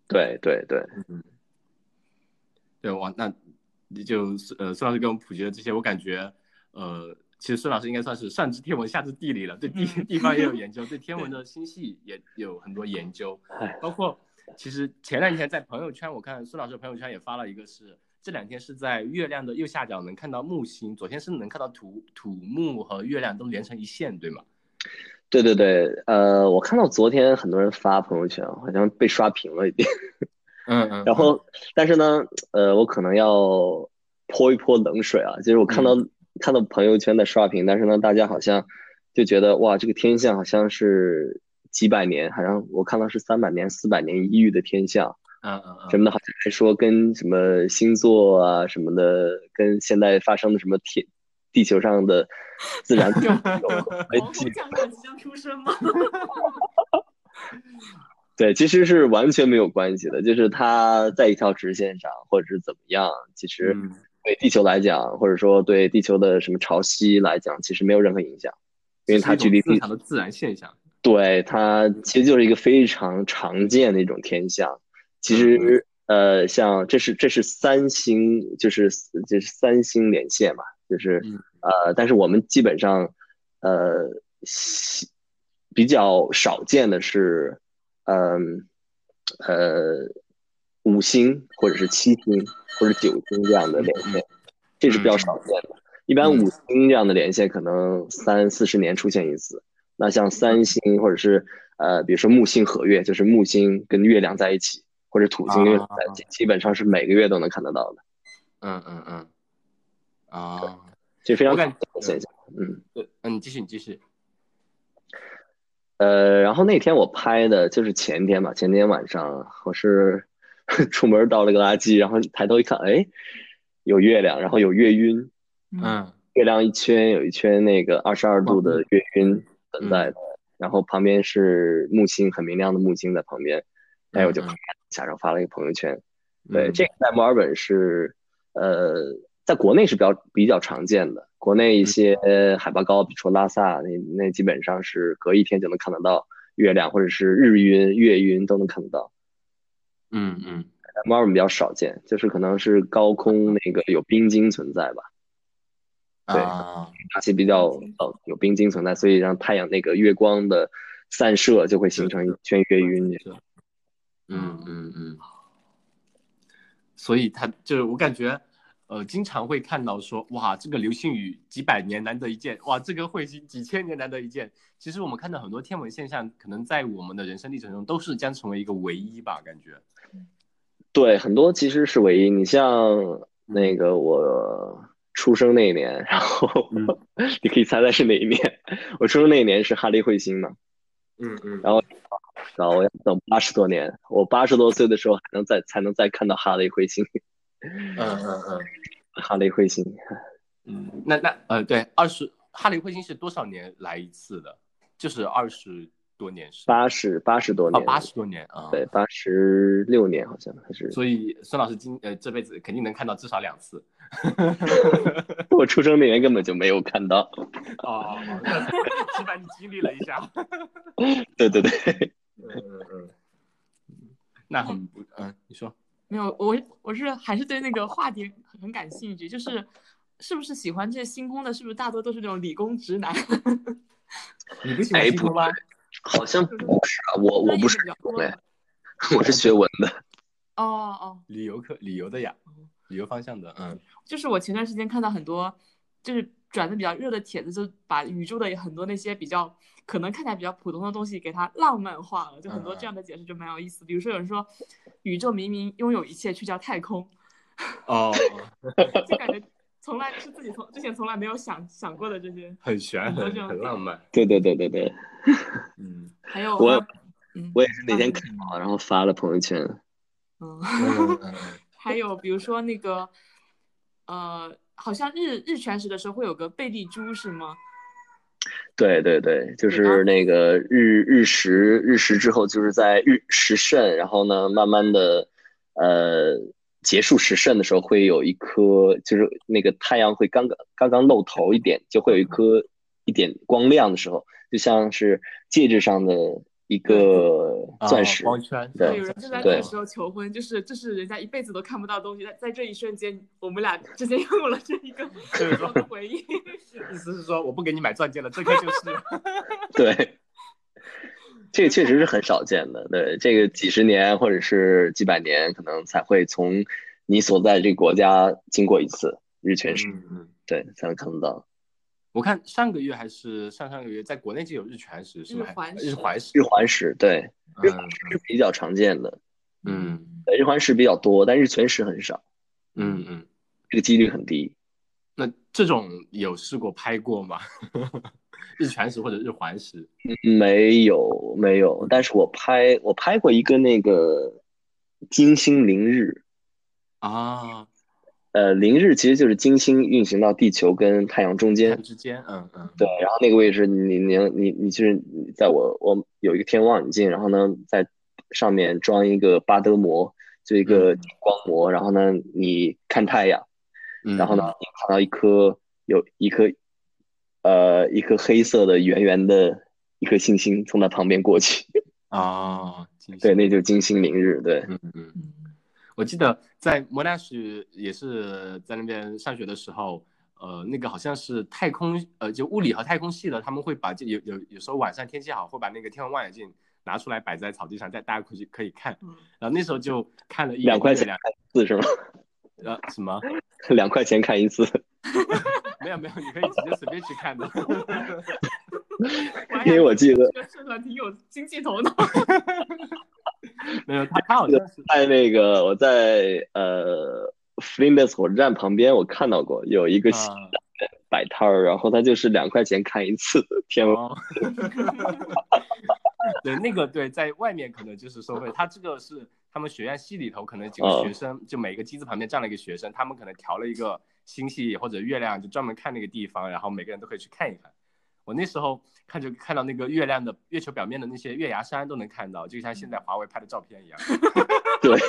Speaker 4: 对对对，
Speaker 1: 对，我那你就呃，孙老师给我们普及了这些，我感觉呃，其实孙老师应该算是上知天文下知地理了，对地
Speaker 3: 嗯
Speaker 1: 地方也有研究，对天文的星系也有很多研究
Speaker 4: 哎，
Speaker 1: 包括其实前两天在朋友圈，我看孙老师朋友圈也发了一个是。这两天是在月亮的右下角能看到木星，昨天是能看到土土木和月亮都连成一线，对吗？
Speaker 4: 对对对，呃，我看到昨天很多人发朋友圈，好像被刷屏了已经。
Speaker 1: 嗯嗯。
Speaker 4: 然后，但是呢，呃，我可能要泼一泼冷水啊，就是我看到看到朋友圈在刷屏，但是呢，大家好像就觉得哇，这个天象好像是几百年，好像我看到是三百年、四百年一遇的天象
Speaker 1: 嗯嗯嗯，
Speaker 4: 什么的，好像还说跟什么星座啊什么的，跟现在发生的什么天地球上的自然有关
Speaker 3: 王
Speaker 4: 系
Speaker 3: 侯。将相即将出生吗？
Speaker 4: 对，其实是完全没有关系的，就是它在一条直线上，或者是怎么样，其实
Speaker 1: 嗯
Speaker 4: 对地球来讲，或者说对地球的什么潮汐来讲，其实没有任何影响，因为它
Speaker 1: 这是
Speaker 4: 距
Speaker 1: 一
Speaker 4: 离
Speaker 1: 种
Speaker 4: 地
Speaker 1: 正常的自然现象。
Speaker 4: 对，它
Speaker 1: 嗯
Speaker 4: 其实就是一个非常常见的一种天象。其
Speaker 1: 嗯
Speaker 4: 实，呃，像这是这是三星，就是就是三星连线嘛，就是
Speaker 1: 嗯
Speaker 4: 呃，但是我们基本上，呃，西比较少见的是，嗯呃五星或者是七星或者九星这样的连线，这是比较少见的。一般
Speaker 1: 嗯
Speaker 4: 五星这样的连线可能三四十年出现一次。那
Speaker 1: 嗯
Speaker 4: 像三星或者是呃，比如说木星合月，就是木星跟月亮在一起，或者土星跟月亮在一
Speaker 1: 啊
Speaker 4: 起，基本上是每个月都能看得到的，
Speaker 1: 嗯嗯嗯，啊、
Speaker 4: 这非常
Speaker 1: 我
Speaker 4: 常
Speaker 1: 感
Speaker 4: 见的现象。嗯，
Speaker 1: 对，嗯，你继续，你继续。
Speaker 4: 呃，然后那天我拍的就是前天吧，前天晚上我是 出门倒了个垃圾，然后抬头一看，哎，有月亮，然后有月晕，
Speaker 1: 嗯
Speaker 4: 月亮一圈有一圈那个二十二度的月晕
Speaker 1: 嗯
Speaker 4: 存在的，然后旁边是木星，很明亮的木星在旁边，哎，我就
Speaker 1: 嗯嗯
Speaker 4: 拍了一下，然后发了一个朋友圈。对，
Speaker 1: 嗯
Speaker 4: 这个在墨尔本是，呃，在国内是比较比较常见的。国内一
Speaker 3: 嗯
Speaker 4: 些海拔高，比如说拉萨，那那基本上是隔一天就能看得到月亮，或者是日晕、月晕都能看得到。
Speaker 1: 嗯嗯，
Speaker 4: 在墨尔本比较少见，就是可能是高空那个有冰晶存在吧，对
Speaker 1: 啊，
Speaker 4: 而且比较
Speaker 3: 冰晶
Speaker 4: 呃有冰晶存在，所以让太阳那个月光的散射就会形成一圈月晕。
Speaker 1: 是嗯嗯嗯，所以他就是我感觉，呃，经常会看到说，哇，这个流星雨几百年难得一见，哇，这个彗星几千年难得一见。其实我们看到很多天文现象，可能在我们的人生历程中都是将成为一个唯一吧，感觉。
Speaker 4: 对，很多其实是唯一。你像
Speaker 1: 嗯
Speaker 4: 那个我出生那一年，然后
Speaker 1: 嗯
Speaker 4: 你可以猜猜是哪一年？我出生那一年是哈雷彗星嘛，
Speaker 1: 嗯嗯
Speaker 4: 然后然后我要等八十多年，我八十多岁的时候还能再才能再看到哈雷彗星，
Speaker 1: 嗯嗯嗯
Speaker 4: 哈雷彗星。
Speaker 1: 嗯，那那呃，对，二十哈雷彗星是多少年来一次的？就是二十多年是
Speaker 4: 八十八十多
Speaker 1: 啊
Speaker 4: 年，
Speaker 1: 八十多年啊，
Speaker 4: 对，八十六年好像还是
Speaker 1: 所以孙老师今呃这辈子肯定能看到至少两次。
Speaker 4: 我出生那年根本就没有看到。
Speaker 1: 哦，起码你经历了一下。
Speaker 4: 对对对，
Speaker 1: 嗯嗯嗯， 那很不嗯，你说
Speaker 3: 没有，我我是还是对那个话题很很感兴趣，就是是不是喜欢这些星空的，是不是大多都是那种理工直男？
Speaker 1: 你不喜
Speaker 4: 哎
Speaker 1: 欢星
Speaker 4: 不
Speaker 1: 空吗？
Speaker 4: 好像不是啊，我我
Speaker 3: 专业
Speaker 4: 不
Speaker 3: 的
Speaker 4: 是
Speaker 3: 比较多
Speaker 4: 对
Speaker 3: 的。
Speaker 4: 我是学文的，
Speaker 3: 哦哦哦，
Speaker 1: 旅游课旅游的呀，旅游方向的，嗯
Speaker 3: 就是我前段时间看到很多，就是转的比较热的帖子，就把宇宙的很多那些比较可能看起来比较普通的东西给它浪漫化了，就很多
Speaker 1: 嗯嗯
Speaker 3: 这样的解释就蛮有意思。比如说有人说，宇宙明明拥有一切，却叫太空，
Speaker 1: 哦，
Speaker 3: 就感觉从来是自己从之前从来没有想想过的这些。
Speaker 1: 很玄，很很浪漫，
Speaker 4: 对对对对对，
Speaker 1: 嗯，
Speaker 3: 还有
Speaker 4: 我
Speaker 3: 还有嗯
Speaker 4: 我也是那天看到，然后发了朋友圈。
Speaker 3: 嗯。
Speaker 1: 嗯嗯嗯
Speaker 3: 还有比如说那个，呃，好像日日全食的时候会有个贝利珠是吗？
Speaker 4: 对对对，就
Speaker 3: 对然后
Speaker 4: 是那个日日食，日食之后就是在日食肾，然后呢，慢慢的，呃，结束食肾的时候会有一颗，就是那个太阳会刚刚刚刚露头一点，就会有一颗一点光亮的时候，就像是戒指上的一个
Speaker 1: 啊
Speaker 4: 钻石。
Speaker 1: 光圈，
Speaker 4: 对
Speaker 3: 有人就在那
Speaker 4: 对
Speaker 3: 个时候求婚，就是这是人家一辈子都看不到的东西，在在这一瞬间，我们俩之间拥有了这一 个
Speaker 1: 对
Speaker 3: 美好的回忆。
Speaker 1: 意思是说我不给你买钻戒了，这个就是，
Speaker 4: 对，这个确实是很少见的。对，这个几十年或者是几百年，可能才会从你所在这个国家经过一次日全食，
Speaker 1: 嗯嗯。
Speaker 4: 对，才能看得到
Speaker 1: 我看上个月还是上上个月，在国内就有日全食，是吧？
Speaker 3: 日环食
Speaker 1: 日环食，
Speaker 4: 日环食。对，
Speaker 1: 嗯
Speaker 4: 是比较常见的，
Speaker 1: 嗯
Speaker 4: 对，日环食比较多，但日全食很少，
Speaker 1: 嗯嗯，
Speaker 4: 这个几率很低。
Speaker 1: 那这种有试过拍过吗？ 日全食或者日环食？
Speaker 4: 嗯没有没有，但是我拍我拍过一个那个金星凌日，
Speaker 1: 啊，
Speaker 4: 呃，凌日其实就是金星运行到地球跟太阳中间
Speaker 1: 天，之间，嗯嗯，
Speaker 4: 对，然后那个位置你你能你你就是你在我我有一个天望远镜，然后呢在上面装一个巴德膜，就一个
Speaker 1: 嗯
Speaker 4: 激光膜，然后呢你看太阳，
Speaker 1: 嗯，
Speaker 4: 然后呢你看到一颗有一颗呃一颗黑色的圆圆的一颗星星从它旁边过去，
Speaker 1: 嗯？啊，金
Speaker 4: 对，
Speaker 1: 星
Speaker 4: 那就是金星凌日，对，
Speaker 1: 嗯嗯。
Speaker 3: 嗯
Speaker 1: 我记得在莫纳什也是在那边上学的时候，呃，那个好像是太空，呃，就物理和太空系的，他们会把这有有有时候晚上天气好，会把那个天文望远镜拿出来摆在草地上，在大家可以可以看。
Speaker 3: 嗯
Speaker 1: 然后那时候就看了一眼
Speaker 4: 两块钱
Speaker 1: 两
Speaker 4: 看一 次是吗？
Speaker 1: 呃什么
Speaker 4: 两块钱看一次，
Speaker 1: 没有没有，你可以直接随便去看 的。
Speaker 4: 因为我记得
Speaker 3: 这个社团挺有经济头脑。
Speaker 1: 没有，他他好像是
Speaker 4: 在那个我在呃弗林德斯火车站旁边，我看到过有一个西
Speaker 1: 啊
Speaker 4: 摆摊儿，然后它就是两块钱看一次的天文，
Speaker 1: 哦， 对，那个对，在外面可能就是收费，他这个是他们学院系里头可能几个
Speaker 4: 哦
Speaker 1: 学生，就每个机子旁边站了一个学生，他们可能调了一个星系或者月亮，就专门看那个地方，然后每个人都可以去看一看。我那时候看就看到那个月亮的月球表面的那些月牙山都能看到，就像现在华为拍的照片一样。
Speaker 4: 对，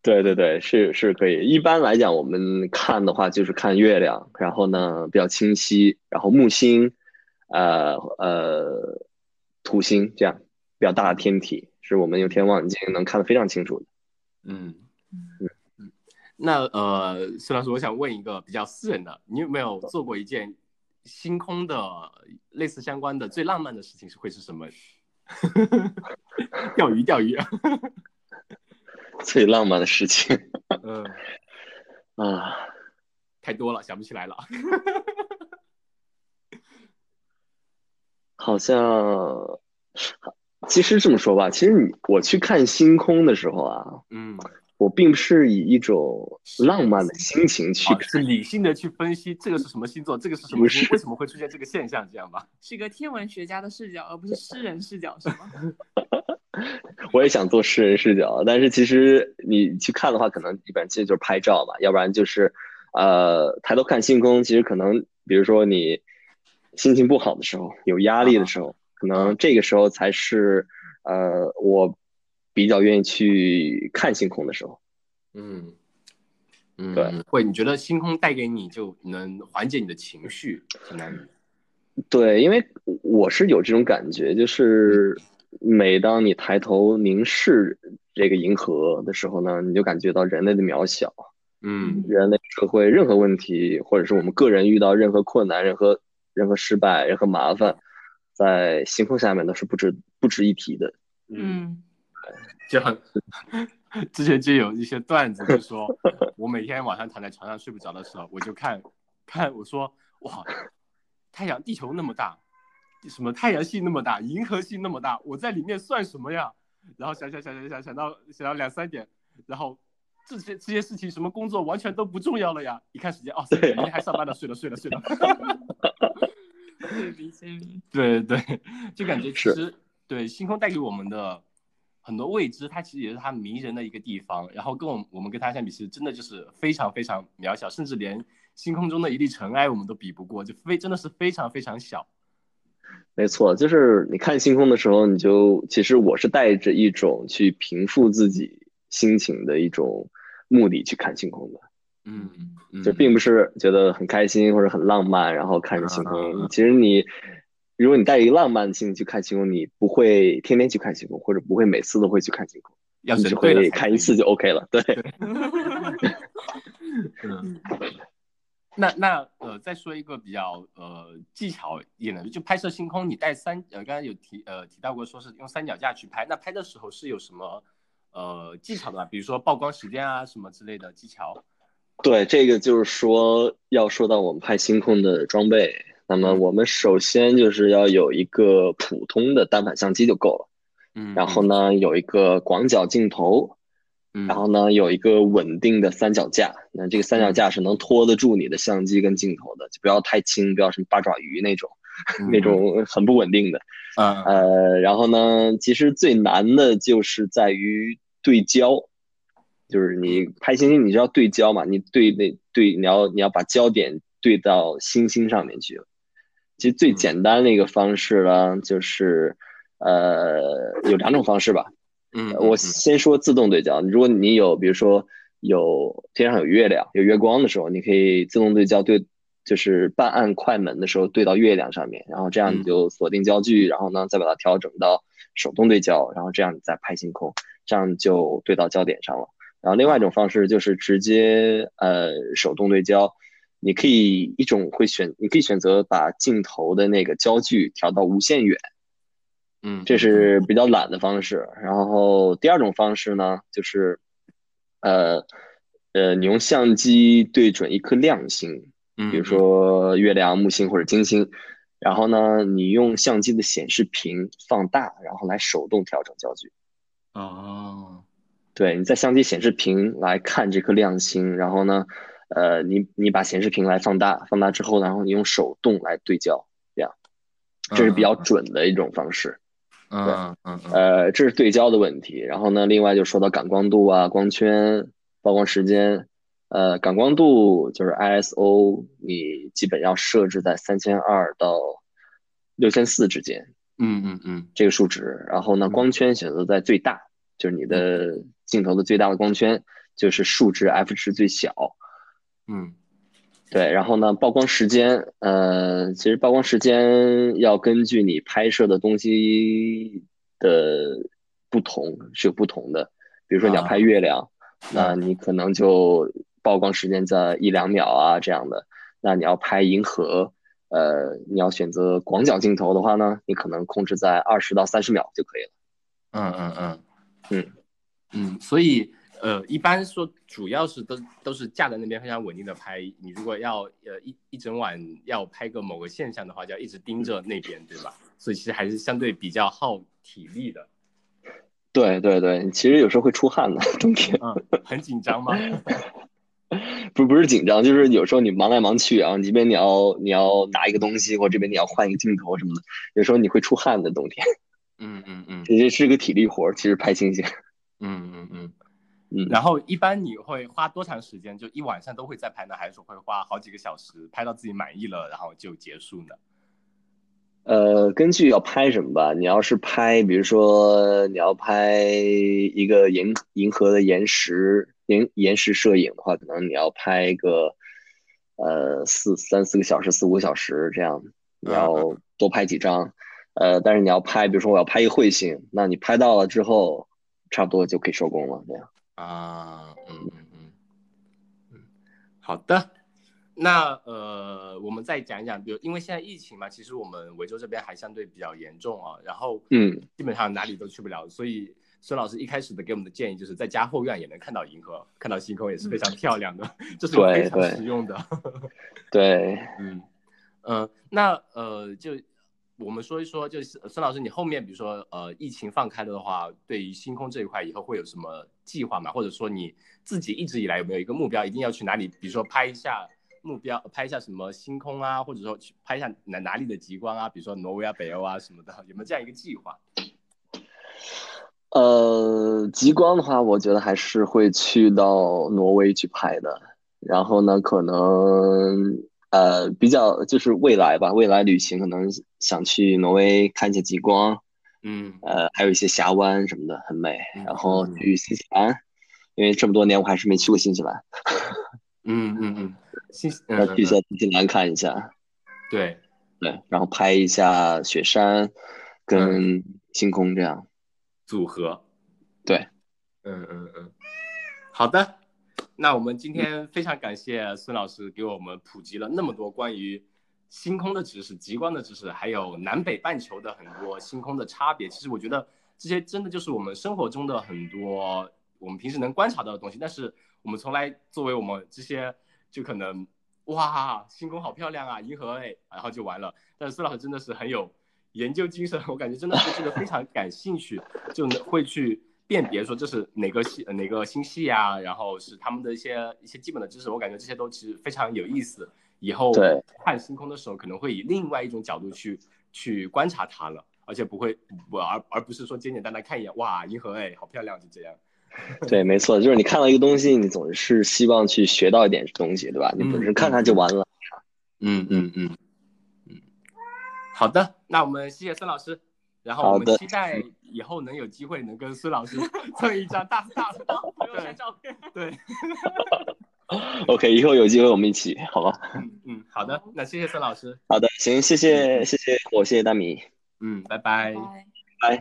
Speaker 4: 对对对，是是可以。一般来讲，我们看的话就是看月亮，然后呢比较清晰，然后木星，呃呃，土星这样比较大的天体，是我们用天望远镜能看得非常清楚的。
Speaker 1: 嗯
Speaker 3: 嗯
Speaker 1: 嗯，那呃，孙老师，我想问一个比较私人的，你有没有做过一件星空的类似相关的最浪漫的事情是会是什么？钓鱼，钓鱼。
Speaker 4: 最浪漫的事情
Speaker 1: 嗯，
Speaker 4: 啊，
Speaker 1: 太多了，想不起来了。
Speaker 4: 好像其实这么说吧，其实你我去看星空的时候啊，
Speaker 1: 嗯，
Speaker 4: 我并不是以一种浪漫的心啊情去
Speaker 1: 好
Speaker 4: 看。
Speaker 1: 是理性的去分析这个是什么星座，这个是什么
Speaker 4: 不
Speaker 1: 星，
Speaker 4: 是
Speaker 1: 为什么会出现这个现象，这样吧？
Speaker 3: 是个天文学家的视角，而不是诗人视角，是吗？
Speaker 4: 我也想做诗人视角，但是其实你去看的话，可能一般其实就是拍照嘛，要不然就是，呃，抬头看星空，其实可能比如说你心情不好的时候，有压力的时候，可能这个时候才是，呃，我比较愿意去看星空的时候。
Speaker 1: 嗯。嗯，
Speaker 4: 对，
Speaker 1: 会，你觉得星空带给你就能缓解你的情绪，相当于，
Speaker 4: 对，因为我是有这种感觉，就是每当你抬头凝视这个银河的时候呢，你就感觉到人类的渺小。
Speaker 1: 嗯
Speaker 4: 人类社会任何问题，或者是我们个人遇到任何困难、任何任何失败、任何麻烦，在星空下面都是不值不值一提的。
Speaker 3: 嗯，
Speaker 1: 就很，之前就有一些段子，就说我每天晚上躺在床上睡不着的时候，我就看看我说哇，太阳地球那么大，什么太阳系那么大，银河系那么大，我在里面算什么呀？然后想想想想想想到想到两三点，然后这些这些事情什么工作完全都不重要了呀！一看时间，哦，
Speaker 4: 对啊
Speaker 1: 明天还上班呢，睡了睡了睡了。
Speaker 3: 对比鲜明。
Speaker 1: 对对，就感觉其
Speaker 4: 是
Speaker 1: 实对星空带给我们的很多未知，它其实也是它迷人的一个地方。然后跟我们我们跟它相比，其实真的就是非常非常渺小，甚至连星空中的一粒尘埃我们都比不过，就非真的是非常非常小。
Speaker 4: 没错，就是你看星空的时候，你就其实我是带着一种去平复自己心情的一种目的去看星空的，
Speaker 1: 嗯，嗯
Speaker 4: 就并不是觉得很开心或者很浪漫，然后看着星
Speaker 1: 啊
Speaker 4: 空。其实你如果你带着一个浪漫的心情去看星空，你不会天天去看星空，或者不会每次都会去看星空。
Speaker 1: 要
Speaker 4: 你
Speaker 1: 神
Speaker 4: 只
Speaker 1: 对了
Speaker 4: 会
Speaker 1: 才
Speaker 4: 看
Speaker 1: 可
Speaker 4: 一
Speaker 1: 以
Speaker 4: 次就 OK 了。对，
Speaker 1: 嗯，那那呃，再说一个比较呃技巧一点的，就拍摄星空，你带三呃，刚刚有提呃提到过，说是用三脚架去拍，那拍的时候是有什么呃技巧的吗？比如说曝光时间啊什么之类的技巧？
Speaker 4: 对，这个就是说要说到我们拍星空的装备。那
Speaker 1: 嗯
Speaker 4: 么我们首先就是要有一个普通的单反相机就够了，
Speaker 1: 嗯
Speaker 4: 然后？呢有一个广角镜头，
Speaker 1: 嗯，
Speaker 4: 然后呢，有一个稳定的三脚架，那这个三脚架是能拖得住你的相机跟镜头的，就不要太轻，不要什么八爪鱼那种， 那种很不稳定的。
Speaker 1: 嗯
Speaker 4: 呃，然后呢，其实最难的就是在于对焦，就是你拍星星，你知道对焦嘛？你对那对，你要你要把焦点对到星星上面去。其实最简单的一个方式呢，就是呃有两种方式吧。
Speaker 1: 嗯，嗯
Speaker 4: 我先说自动对焦，如果你有比如说有天上有月亮、有月光的时候，你可以自动对焦对，就是半按快门的时候对到月亮上面，然后这样你
Speaker 1: 嗯
Speaker 4: 就锁定焦距，然后呢再把它调整到手动对焦，然后这样你再拍星空，这样就对到焦点上了。然后另外一种方式就是直接呃手动对焦，你可以一种会选，你可以选择把镜头的那个焦距调到无限远。
Speaker 1: 嗯，
Speaker 4: 这是比较懒的方式。然后第二种方式呢，就是，呃，呃，你用相机对准一颗亮星，
Speaker 1: 嗯，
Speaker 4: 比如说月亮、木星或者金星，然后呢，你用相机的显示屏放大，然后来手动调整焦距。
Speaker 1: 嗯哦，
Speaker 4: 对，你在相机显示屏来看这颗亮星，然后呢，呃，你你把显示屏来放大，放大之后，然后你用手动来对焦，这是比较准的一种方式。
Speaker 1: 嗯嗯嗯
Speaker 4: 呃，这是对焦的问题。然后呢，另外就说到感光度啊、光圈、曝光时间。呃，感光度就是 ISO，你基本要设置在三千二到六千四之间
Speaker 1: 嗯嗯嗯
Speaker 4: 这个数值。然后呢，光圈选择在最大，就是你的镜头的最大的光圈，就是数值 f 值最小。
Speaker 1: 嗯
Speaker 4: 对，然后呢，曝光时间，呃，其实曝光时间要根据你拍摄的东西的不同是有不同的。比如说你要
Speaker 1: 啊
Speaker 4: 拍月亮，那你可能就曝光时间在一两秒啊这样的。那你要拍银河，呃，你要选择广角镜头的话呢，你可能控制在二十到三十秒就可以了。
Speaker 1: 嗯嗯嗯
Speaker 4: 嗯
Speaker 1: 嗯，所以呃，一般说主要是都都是架在那边非常稳定的拍。你如果要呃一一整晚要拍个某个现象的话，就要一直盯着那边，对吧？所以其实还是相对比较耗体力的。
Speaker 4: 对对对，其实有时候会出汗的，冬天。
Speaker 1: 嗯，很紧张 吗？
Speaker 4: 不不是紧张，就是有时候你忙来忙去啊，这边你要你要拿一个东西，或者这边你要换一个镜头什么的，有时候你会出汗的。冬天，
Speaker 1: 嗯嗯嗯
Speaker 4: 这是个体力活儿，其实拍星星。
Speaker 1: 嗯嗯嗯。
Speaker 4: 嗯，
Speaker 1: 然后一般你会花多长时间？就一晚上都会在拍呢，还是会花好几个小时拍到自己满意了，然后就结束呢？
Speaker 4: 呃，根据要拍什么吧，你要是拍，比如说你要拍一个银银河的岩石岩岩石摄影的话，可能你要拍个呃四三四个小时、四五个小时这样，你要多拍几张。呃，但是你要拍，比如说我要拍一个彗星，那你拍到了之后，差不多就可以收工了。这样，
Speaker 1: 啊，嗯嗯嗯，嗯，好的。那呃，我们再讲一讲，比如因为现在疫情嘛，其实我们维州这边还相对比较严重啊，然后
Speaker 4: 嗯，
Speaker 1: 基本上哪里都去不了，所以孙老师一开始的给我们的建议就是在家后院也能看到银河，看到星空也是非常漂亮的， 这是
Speaker 4: 对
Speaker 1: 非常
Speaker 4: 对
Speaker 1: 实用的。
Speaker 4: 对，
Speaker 1: 嗯，呃，那呃，就我们说一说，就是呃孙老师，你后面比如说呃，疫情放开了的话，对于星空这一块以后会有什么计划吗？或者说你自己一直以来有没有一个目标，一定要去哪里？比如说拍一下目标，拍一下什么星空啊，或者说去拍一下哪哪里的极光啊，比如说挪威啊、北欧啊什么的，有没有这样一个计划？
Speaker 4: 呃，极光的话，我觉得还是会去到挪威去拍的。然后呢，可能呃比较就是未来吧，未来旅行可能想去挪威看一些极光，
Speaker 1: 嗯
Speaker 4: 呃，还有一些峡湾什么的，很美。
Speaker 1: 嗯
Speaker 4: 然后
Speaker 1: 嗯
Speaker 4: 去新西兰，因为这么多年我还是没去过新西兰，
Speaker 1: 嗯嗯嗯，新嗯
Speaker 4: 要
Speaker 1: 嗯
Speaker 4: 去一下
Speaker 1: 嗯
Speaker 4: 新西兰看一下，
Speaker 1: 对，
Speaker 4: 对，然后拍一下雪
Speaker 1: 嗯
Speaker 4: 山跟星空这样。
Speaker 1: 组合。
Speaker 4: 对，
Speaker 1: 嗯嗯嗯，好的。那我们今天非常感谢孙老师给我们普及了那么多关于星空的知识、极光的知识，还有南北半球的很多星空的差别。其实我觉得这些真的就是我们生活中的很多我们平时能观察到的东西，但是我们从来作为我们这些就可能哇，星空好漂亮啊，银河哎，然后就完了。但是孙老师真的是很有研究精神，我感觉真的是这个非常感兴趣，就能会去辨别说这是哪个系呃哪个星系啊，然后是他们的一些一些基本的知识，我感觉这些都其实非常有意思。以后
Speaker 4: 对
Speaker 1: 看星空的时候，可能会以另外一种角度去去观察它了，而且不会不而而不是说简简单单看一眼，哇，银河哎，好漂亮，就这样。
Speaker 4: 对，没错，就是你看到一个东西，你总是希望去学到一点东西，对吧？你不是看它就完了。
Speaker 1: 嗯嗯嗯嗯，好的，那我们谢谢孙老师，然后
Speaker 4: 好
Speaker 1: 我们
Speaker 4: 的
Speaker 1: 期待以后能有机会能跟孙老师 蹭一张大大 的
Speaker 3: 朋友圈照片。
Speaker 1: 对，
Speaker 4: OK，以后有机会我们一起，好吧？
Speaker 1: 嗯嗯，好的，那谢谢孙老师，
Speaker 4: 好的，行，谢谢，谢谢我，谢谢大米。
Speaker 1: 嗯，拜拜。
Speaker 3: 拜。